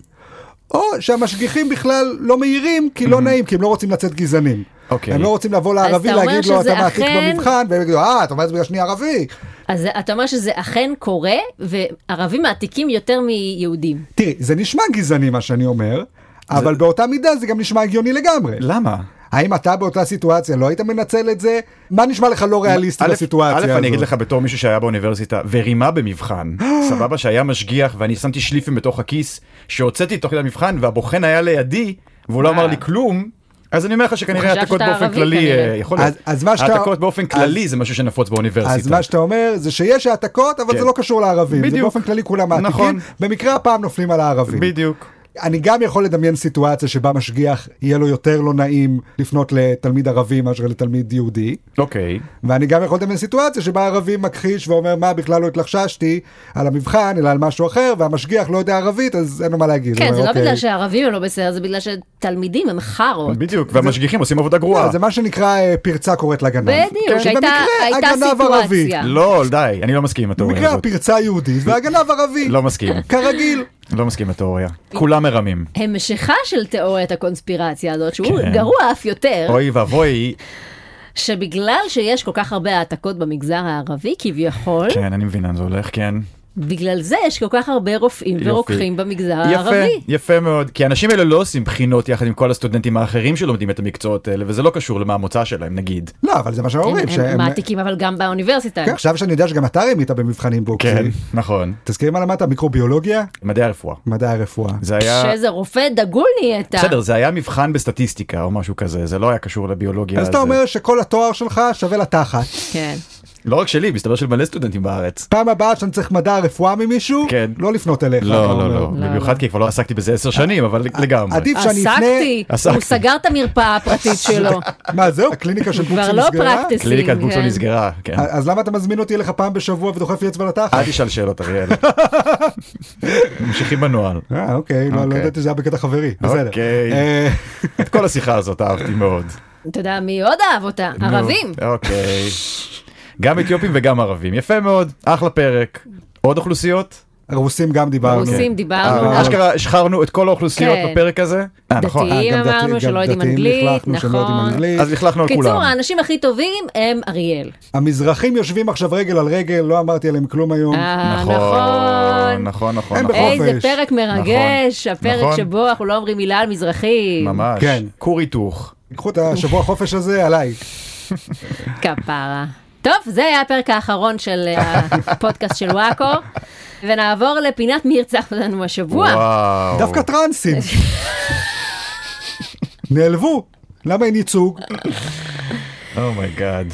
Speaker 1: או שהמשגיחים בכלל לא מעירים כי לא נעים, כי הם לא רוצים לצאת גזענים.
Speaker 3: אוקיי.
Speaker 1: הם לא רוצים לבוא
Speaker 2: אתה
Speaker 1: לערבי
Speaker 2: אומר
Speaker 1: להגיד לו,
Speaker 2: שזה
Speaker 1: אתה מעתיק
Speaker 2: אכן-
Speaker 1: במבחן, והם יגידו, אה, אתה אומר את זה בגלל שאני ערבי.
Speaker 2: אז אתה אומר שזה אכן קורה, וערבים מעתיקים יותר מיהודים.
Speaker 1: תראי, זה נשמע גזעני מה שאני אומר, אבל באותה מידה זה גם נשמע הגיוני לגמרי.
Speaker 3: למה?
Speaker 1: האם אתה באותה סיטואציה לא היית מנצל את זה? מה נשמע לך לא ריאליסטי
Speaker 3: א',
Speaker 1: בסיטואציה הזאת?
Speaker 3: א', אני אגיד לך בתור מישהו שהיה באוניברסיטה ורימה במבחן, סבבה שהיה משגיח ואני שמתי שליפים בתוך הכיס, שהוצאתי תוך כדי המבחן והבוחן היה לידי, והוא לא אמר לי כלום, אז אני אומר לך שכנראה
Speaker 2: חשב
Speaker 3: העתקות
Speaker 2: שאתה
Speaker 3: באופן
Speaker 2: ערבי,
Speaker 3: כללי,
Speaker 2: כנראה.
Speaker 3: אה, יכול
Speaker 1: אז-
Speaker 3: להיות.
Speaker 1: אז מה שאתה-
Speaker 3: העתקות באופן כללי זה משהו שנפוץ
Speaker 1: אז
Speaker 3: באוניברסיטה.
Speaker 1: מה שאתה אומר זה שיש העתקות, אבל
Speaker 3: כן.
Speaker 1: זה לא קשור לערבים. זה
Speaker 3: בדיוק.
Speaker 1: באופן כללי כולם מעתיקים.
Speaker 3: נכון.
Speaker 1: במקרה הפעם נופלים על הערבים.
Speaker 3: בדיוק.
Speaker 1: אני גם יכול לדמיין סיטואציה שבה משגיח יהיה לו יותר לא נעים לפנות לתלמיד ערבי מאשר לתלמיד יהודי.
Speaker 3: אוקיי.
Speaker 1: ואני גם יכול לדמיין סיטואציה שבה ערבי מכחיש ואומר מה בכלל לא התלחששתי על המבחן אלא על משהו אחר והמשגיח לא יודע ערבית אז אין לו מה להגיד.
Speaker 2: כן,
Speaker 1: הוא
Speaker 2: זה
Speaker 1: אומר,
Speaker 2: לא
Speaker 1: "אוקיי."
Speaker 2: בגלל שהערבים הם לא בסדר, זה בגלל שתלמידים הם חארות.
Speaker 3: בדיוק, והמשגיחים עושים עבודה
Speaker 1: לא,
Speaker 3: גרועה.
Speaker 1: זה מה שנקרא אה, פרצה קוראת לגנב.
Speaker 2: בדיוק,
Speaker 1: כן,
Speaker 2: שהייתה-
Speaker 1: שבמקרה
Speaker 2: הייתה
Speaker 1: הגנב ערבי.
Speaker 2: סיטואציה.
Speaker 3: לא, די, אני לא מסכים עם התיאוריה
Speaker 1: במקרה
Speaker 3: הזאת.
Speaker 1: הפרצה יהודית והגנב ערבי.
Speaker 3: לא מסכים,
Speaker 1: כרגיל.
Speaker 3: לא מסכים לתיאוריה. כולם מרמים.
Speaker 2: הם משיכה של תיאוריית הקונספירציה הזאת, שהוא
Speaker 3: כן.
Speaker 2: גרוע אף יותר,
Speaker 3: אוי ואבוי,
Speaker 2: שבגלל שיש כל כך הרבה העתקות במגזר הערבי, כביכול,
Speaker 3: כן, אני מבין לאן זה הולך, כן.
Speaker 2: בגלל זה יש כל כך הרבה רופאים
Speaker 3: יופי.
Speaker 2: ורוקחים במגזר
Speaker 3: יפה,
Speaker 2: הערבי.
Speaker 3: יפה מאוד, כי האנשים האלה לא עושים בחינות יחד עם כל הסטודנטים האחרים שלומדים את המקצועות האלה, וזה לא קשור למה המוצא שלהם, נגיד.
Speaker 1: לא אבל זה מה שאומרים.
Speaker 2: הם- הם
Speaker 1: שהם-
Speaker 2: מעתיקים אבל גם באוניברסיטה.
Speaker 1: כן, עכשיו שאני יודע שגם אתה רימית במבחנים בוקסי.
Speaker 3: כן, נכון.
Speaker 1: תזכירי מה למדת? מיקרוביולוגיה?
Speaker 3: מדעי הרפואה.
Speaker 1: מדעי הרפואה.
Speaker 3: זה היה...
Speaker 2: שאיזה רופא דגול נהיית.
Speaker 3: בסדר, זה היה מבחן בסטטיסטיקה או משהו כזה, זה לא היה קשור לביולוגיה.
Speaker 1: אז אתה
Speaker 3: זה-
Speaker 1: אומר שכל התואר שלך שווה לתחת.
Speaker 2: כן.
Speaker 3: לא רק שלי, מסתבר של מלא סטודנטים בארץ.
Speaker 1: פעם הבאה שאני צריך מדע רפואה ממישהו,
Speaker 3: כן.
Speaker 1: לא לפנות אליך. אתה
Speaker 3: לא,
Speaker 1: אומר.
Speaker 3: לא, לא, במיוחד כי כבר לא עסקתי בזה עשר שנים, אבל לגמרי.
Speaker 1: עדיף שאני אפנה...
Speaker 2: עסקתי,
Speaker 3: עסקתי.
Speaker 2: הוא סגר את המרפאה הפרטית שלו.
Speaker 1: מה זהו? הקליניקה של בוקסי
Speaker 2: לא. כבר
Speaker 1: נסגרה?
Speaker 2: לא פרקטיסינג.
Speaker 3: קליניקת בוקסו
Speaker 2: כן.
Speaker 3: נסגרה, כן.
Speaker 1: אז למה אתה מזמין אותי אליך פעם בשבוע ודוחף לי אצבע לתחת?
Speaker 3: אל תשאל שאלות, אריאל. ממשיכים בנוהל.
Speaker 1: אה, אוקיי, לא לא
Speaker 3: אוקיי.
Speaker 1: ידעתי שזה היה בקטע חברי, בסדר.
Speaker 3: אוקיי.
Speaker 1: אה,
Speaker 3: את כל השיחה הזאת אהבתי מאוד.
Speaker 2: אתה יודע מי עוד אהב אותה?
Speaker 3: נו,
Speaker 2: ערבים.
Speaker 3: אוקיי. גם אתיופים וגם ערבים. יפה מאוד, אחלה פרק. עוד אוכלוסיות?
Speaker 1: רוסים גם דיברנו.
Speaker 2: רוסים דיברנו.
Speaker 1: אה,
Speaker 2: על-
Speaker 3: אה, אוקיי. אשכרה השחרנו את כל האוכלוסיות
Speaker 2: כן.
Speaker 3: בפרק הזה. אה, נכון. אה,
Speaker 1: אה,
Speaker 2: דתיים
Speaker 1: גם דתי-
Speaker 2: אמרנו
Speaker 1: גם
Speaker 2: שלא יודעים
Speaker 1: דתיים
Speaker 2: אנגלית,
Speaker 1: לכלכנו שלא יודעים
Speaker 2: נכון.
Speaker 1: אנגלית.
Speaker 3: אז לכלכנו על
Speaker 2: קיצור,
Speaker 3: לא כולם.
Speaker 2: האנשים הכי טובים הם אריאל.
Speaker 1: המזרחים יושבים עכשיו רגל על רגל, לא אמרתי עליהם כלום היום.
Speaker 2: אה,
Speaker 3: נכון,
Speaker 2: נכון.
Speaker 3: נכון, נכון.
Speaker 1: אין
Speaker 3: נכון.
Speaker 1: בחופש.
Speaker 2: איזה פרק מרגש, הפרק
Speaker 3: נכון.
Speaker 2: שבו אנחנו לא אומרים מילה על מזרחים.
Speaker 3: ממש.
Speaker 1: כן.
Speaker 3: כור היתוך.
Speaker 1: קחו את השבוע חופש הזה עליי.
Speaker 2: כפרה. טוב, זה היה הפרק האחרון של אה, הפודקאסט של וואקו, ונעבור לפינת מי ירצח אותנו השבוע.
Speaker 3: וואו.
Speaker 1: דווקא טרנסים. נעלבו. למה אין ייצוג?
Speaker 3: Oh אומייגאד.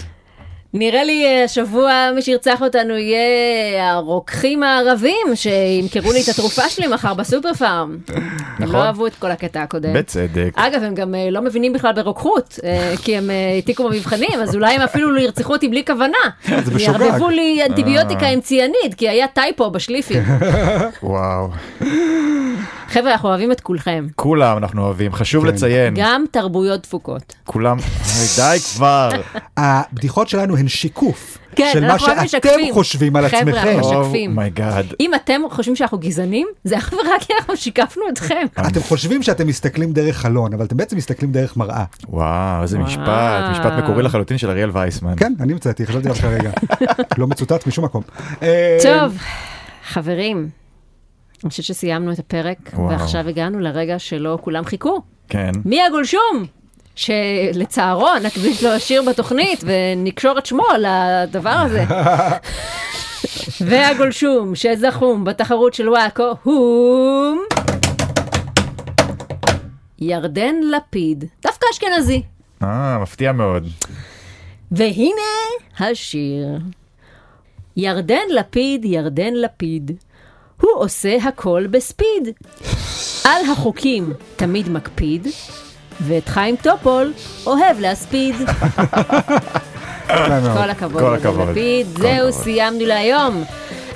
Speaker 2: נראה לי אה, השבוע מי שירצח אותנו יהיה הרוקחים הערבים שימכרו לי את התרופה שלי מחר בסופר פארם. הם
Speaker 3: נכון.
Speaker 2: לא אהבו את כל הקטע הקודם.
Speaker 3: בצדק.
Speaker 2: אגב, הם גם אה, לא מבינים בכלל ברוקחות, אה, כי הם אה, העתיקו במבחנים, אז אולי הם אפילו לא ירצחו אותי בלי כוונה.
Speaker 1: אה, זה אה. בשוגג.
Speaker 2: יערבבו לי אנטיביוטיקה עם ציאניד, כי היה טייפו בשליפים.
Speaker 3: וואו.
Speaker 2: חבר'ה, אנחנו אוהבים את כולכם.
Speaker 3: כולם אנחנו אוהבים, חשוב
Speaker 1: כן.
Speaker 3: לציין.
Speaker 2: גם תרבויות דפוקות.
Speaker 3: כולם, אוי, די כבר.
Speaker 1: הבדיחות שלנו הן שיקוף
Speaker 2: כן,
Speaker 1: של מה
Speaker 2: אנחנו רק
Speaker 1: שאתם
Speaker 2: משקפים.
Speaker 1: חושבים על
Speaker 2: חבר'ה,
Speaker 3: Oh
Speaker 1: עצמכם.
Speaker 2: אנחנו משקפים.
Speaker 3: אומייגאד.
Speaker 2: אם אתם חושבים שאנחנו גזענים, זה אך ורק כי אנחנו שיקפנו אתכם.
Speaker 1: אתם חושבים שאתם מסתכלים דרך חלון, אבל אתם בעצם מסתכלים דרך מראה.
Speaker 3: וואו, איזה
Speaker 2: וואו.
Speaker 3: משפט, משפט מקורי לחלוטין של אריאל וייסמן.
Speaker 1: כן, אני המצאתי, חשבתי עליו כרגע. לא מצוטט משום מקום. אה,
Speaker 2: טוב, חברים, אני חושבת שסיימנו את הפרק,
Speaker 3: וואו.
Speaker 2: ועכשיו הגענו לרגע שלא כולם חיכו.
Speaker 3: כן.
Speaker 2: מי הגולשום? שלצערו נקדיש לו השיר בתוכנית ונקשור את שמו לדבר הזה. והגולשום שזחום בתחרות של וואקו הוא... ירדן לפיד, דווקא אשכנזי.
Speaker 3: אה, מפתיע מאוד.
Speaker 2: והנה השיר. ירדן לפיד, ירדן לפיד, הוא עושה הכל בספיד. על החוקים תמיד מקפיד, ואת חיים טופול אוהב להספיד.
Speaker 1: יפה מאוד.
Speaker 2: כל הכבוד,
Speaker 3: כל
Speaker 2: ירדן
Speaker 3: הכבוד.
Speaker 2: לפיד.
Speaker 3: כל
Speaker 2: זהו,
Speaker 3: הכבוד.
Speaker 2: סיימנו להיום.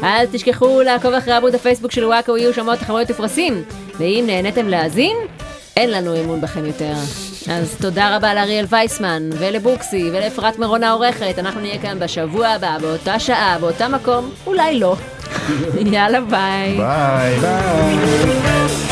Speaker 2: אל תשכחו לעקוב אחרי עמוד הפייסבוק של וואקו, יהיו שם עוד תחרויות ופרסים. ואם נהניתם להאזין, אין לנו אמון בכם יותר. אז תודה רבה לאריאל וייסמן, ולבוקסי, ולאפרת מירון העורכת. אנחנו נהיה כאן בשבוע הבא, באותה שעה, באותה מקום, אולי לא. יאללה, ביי.
Speaker 3: ביי.
Speaker 1: ביי.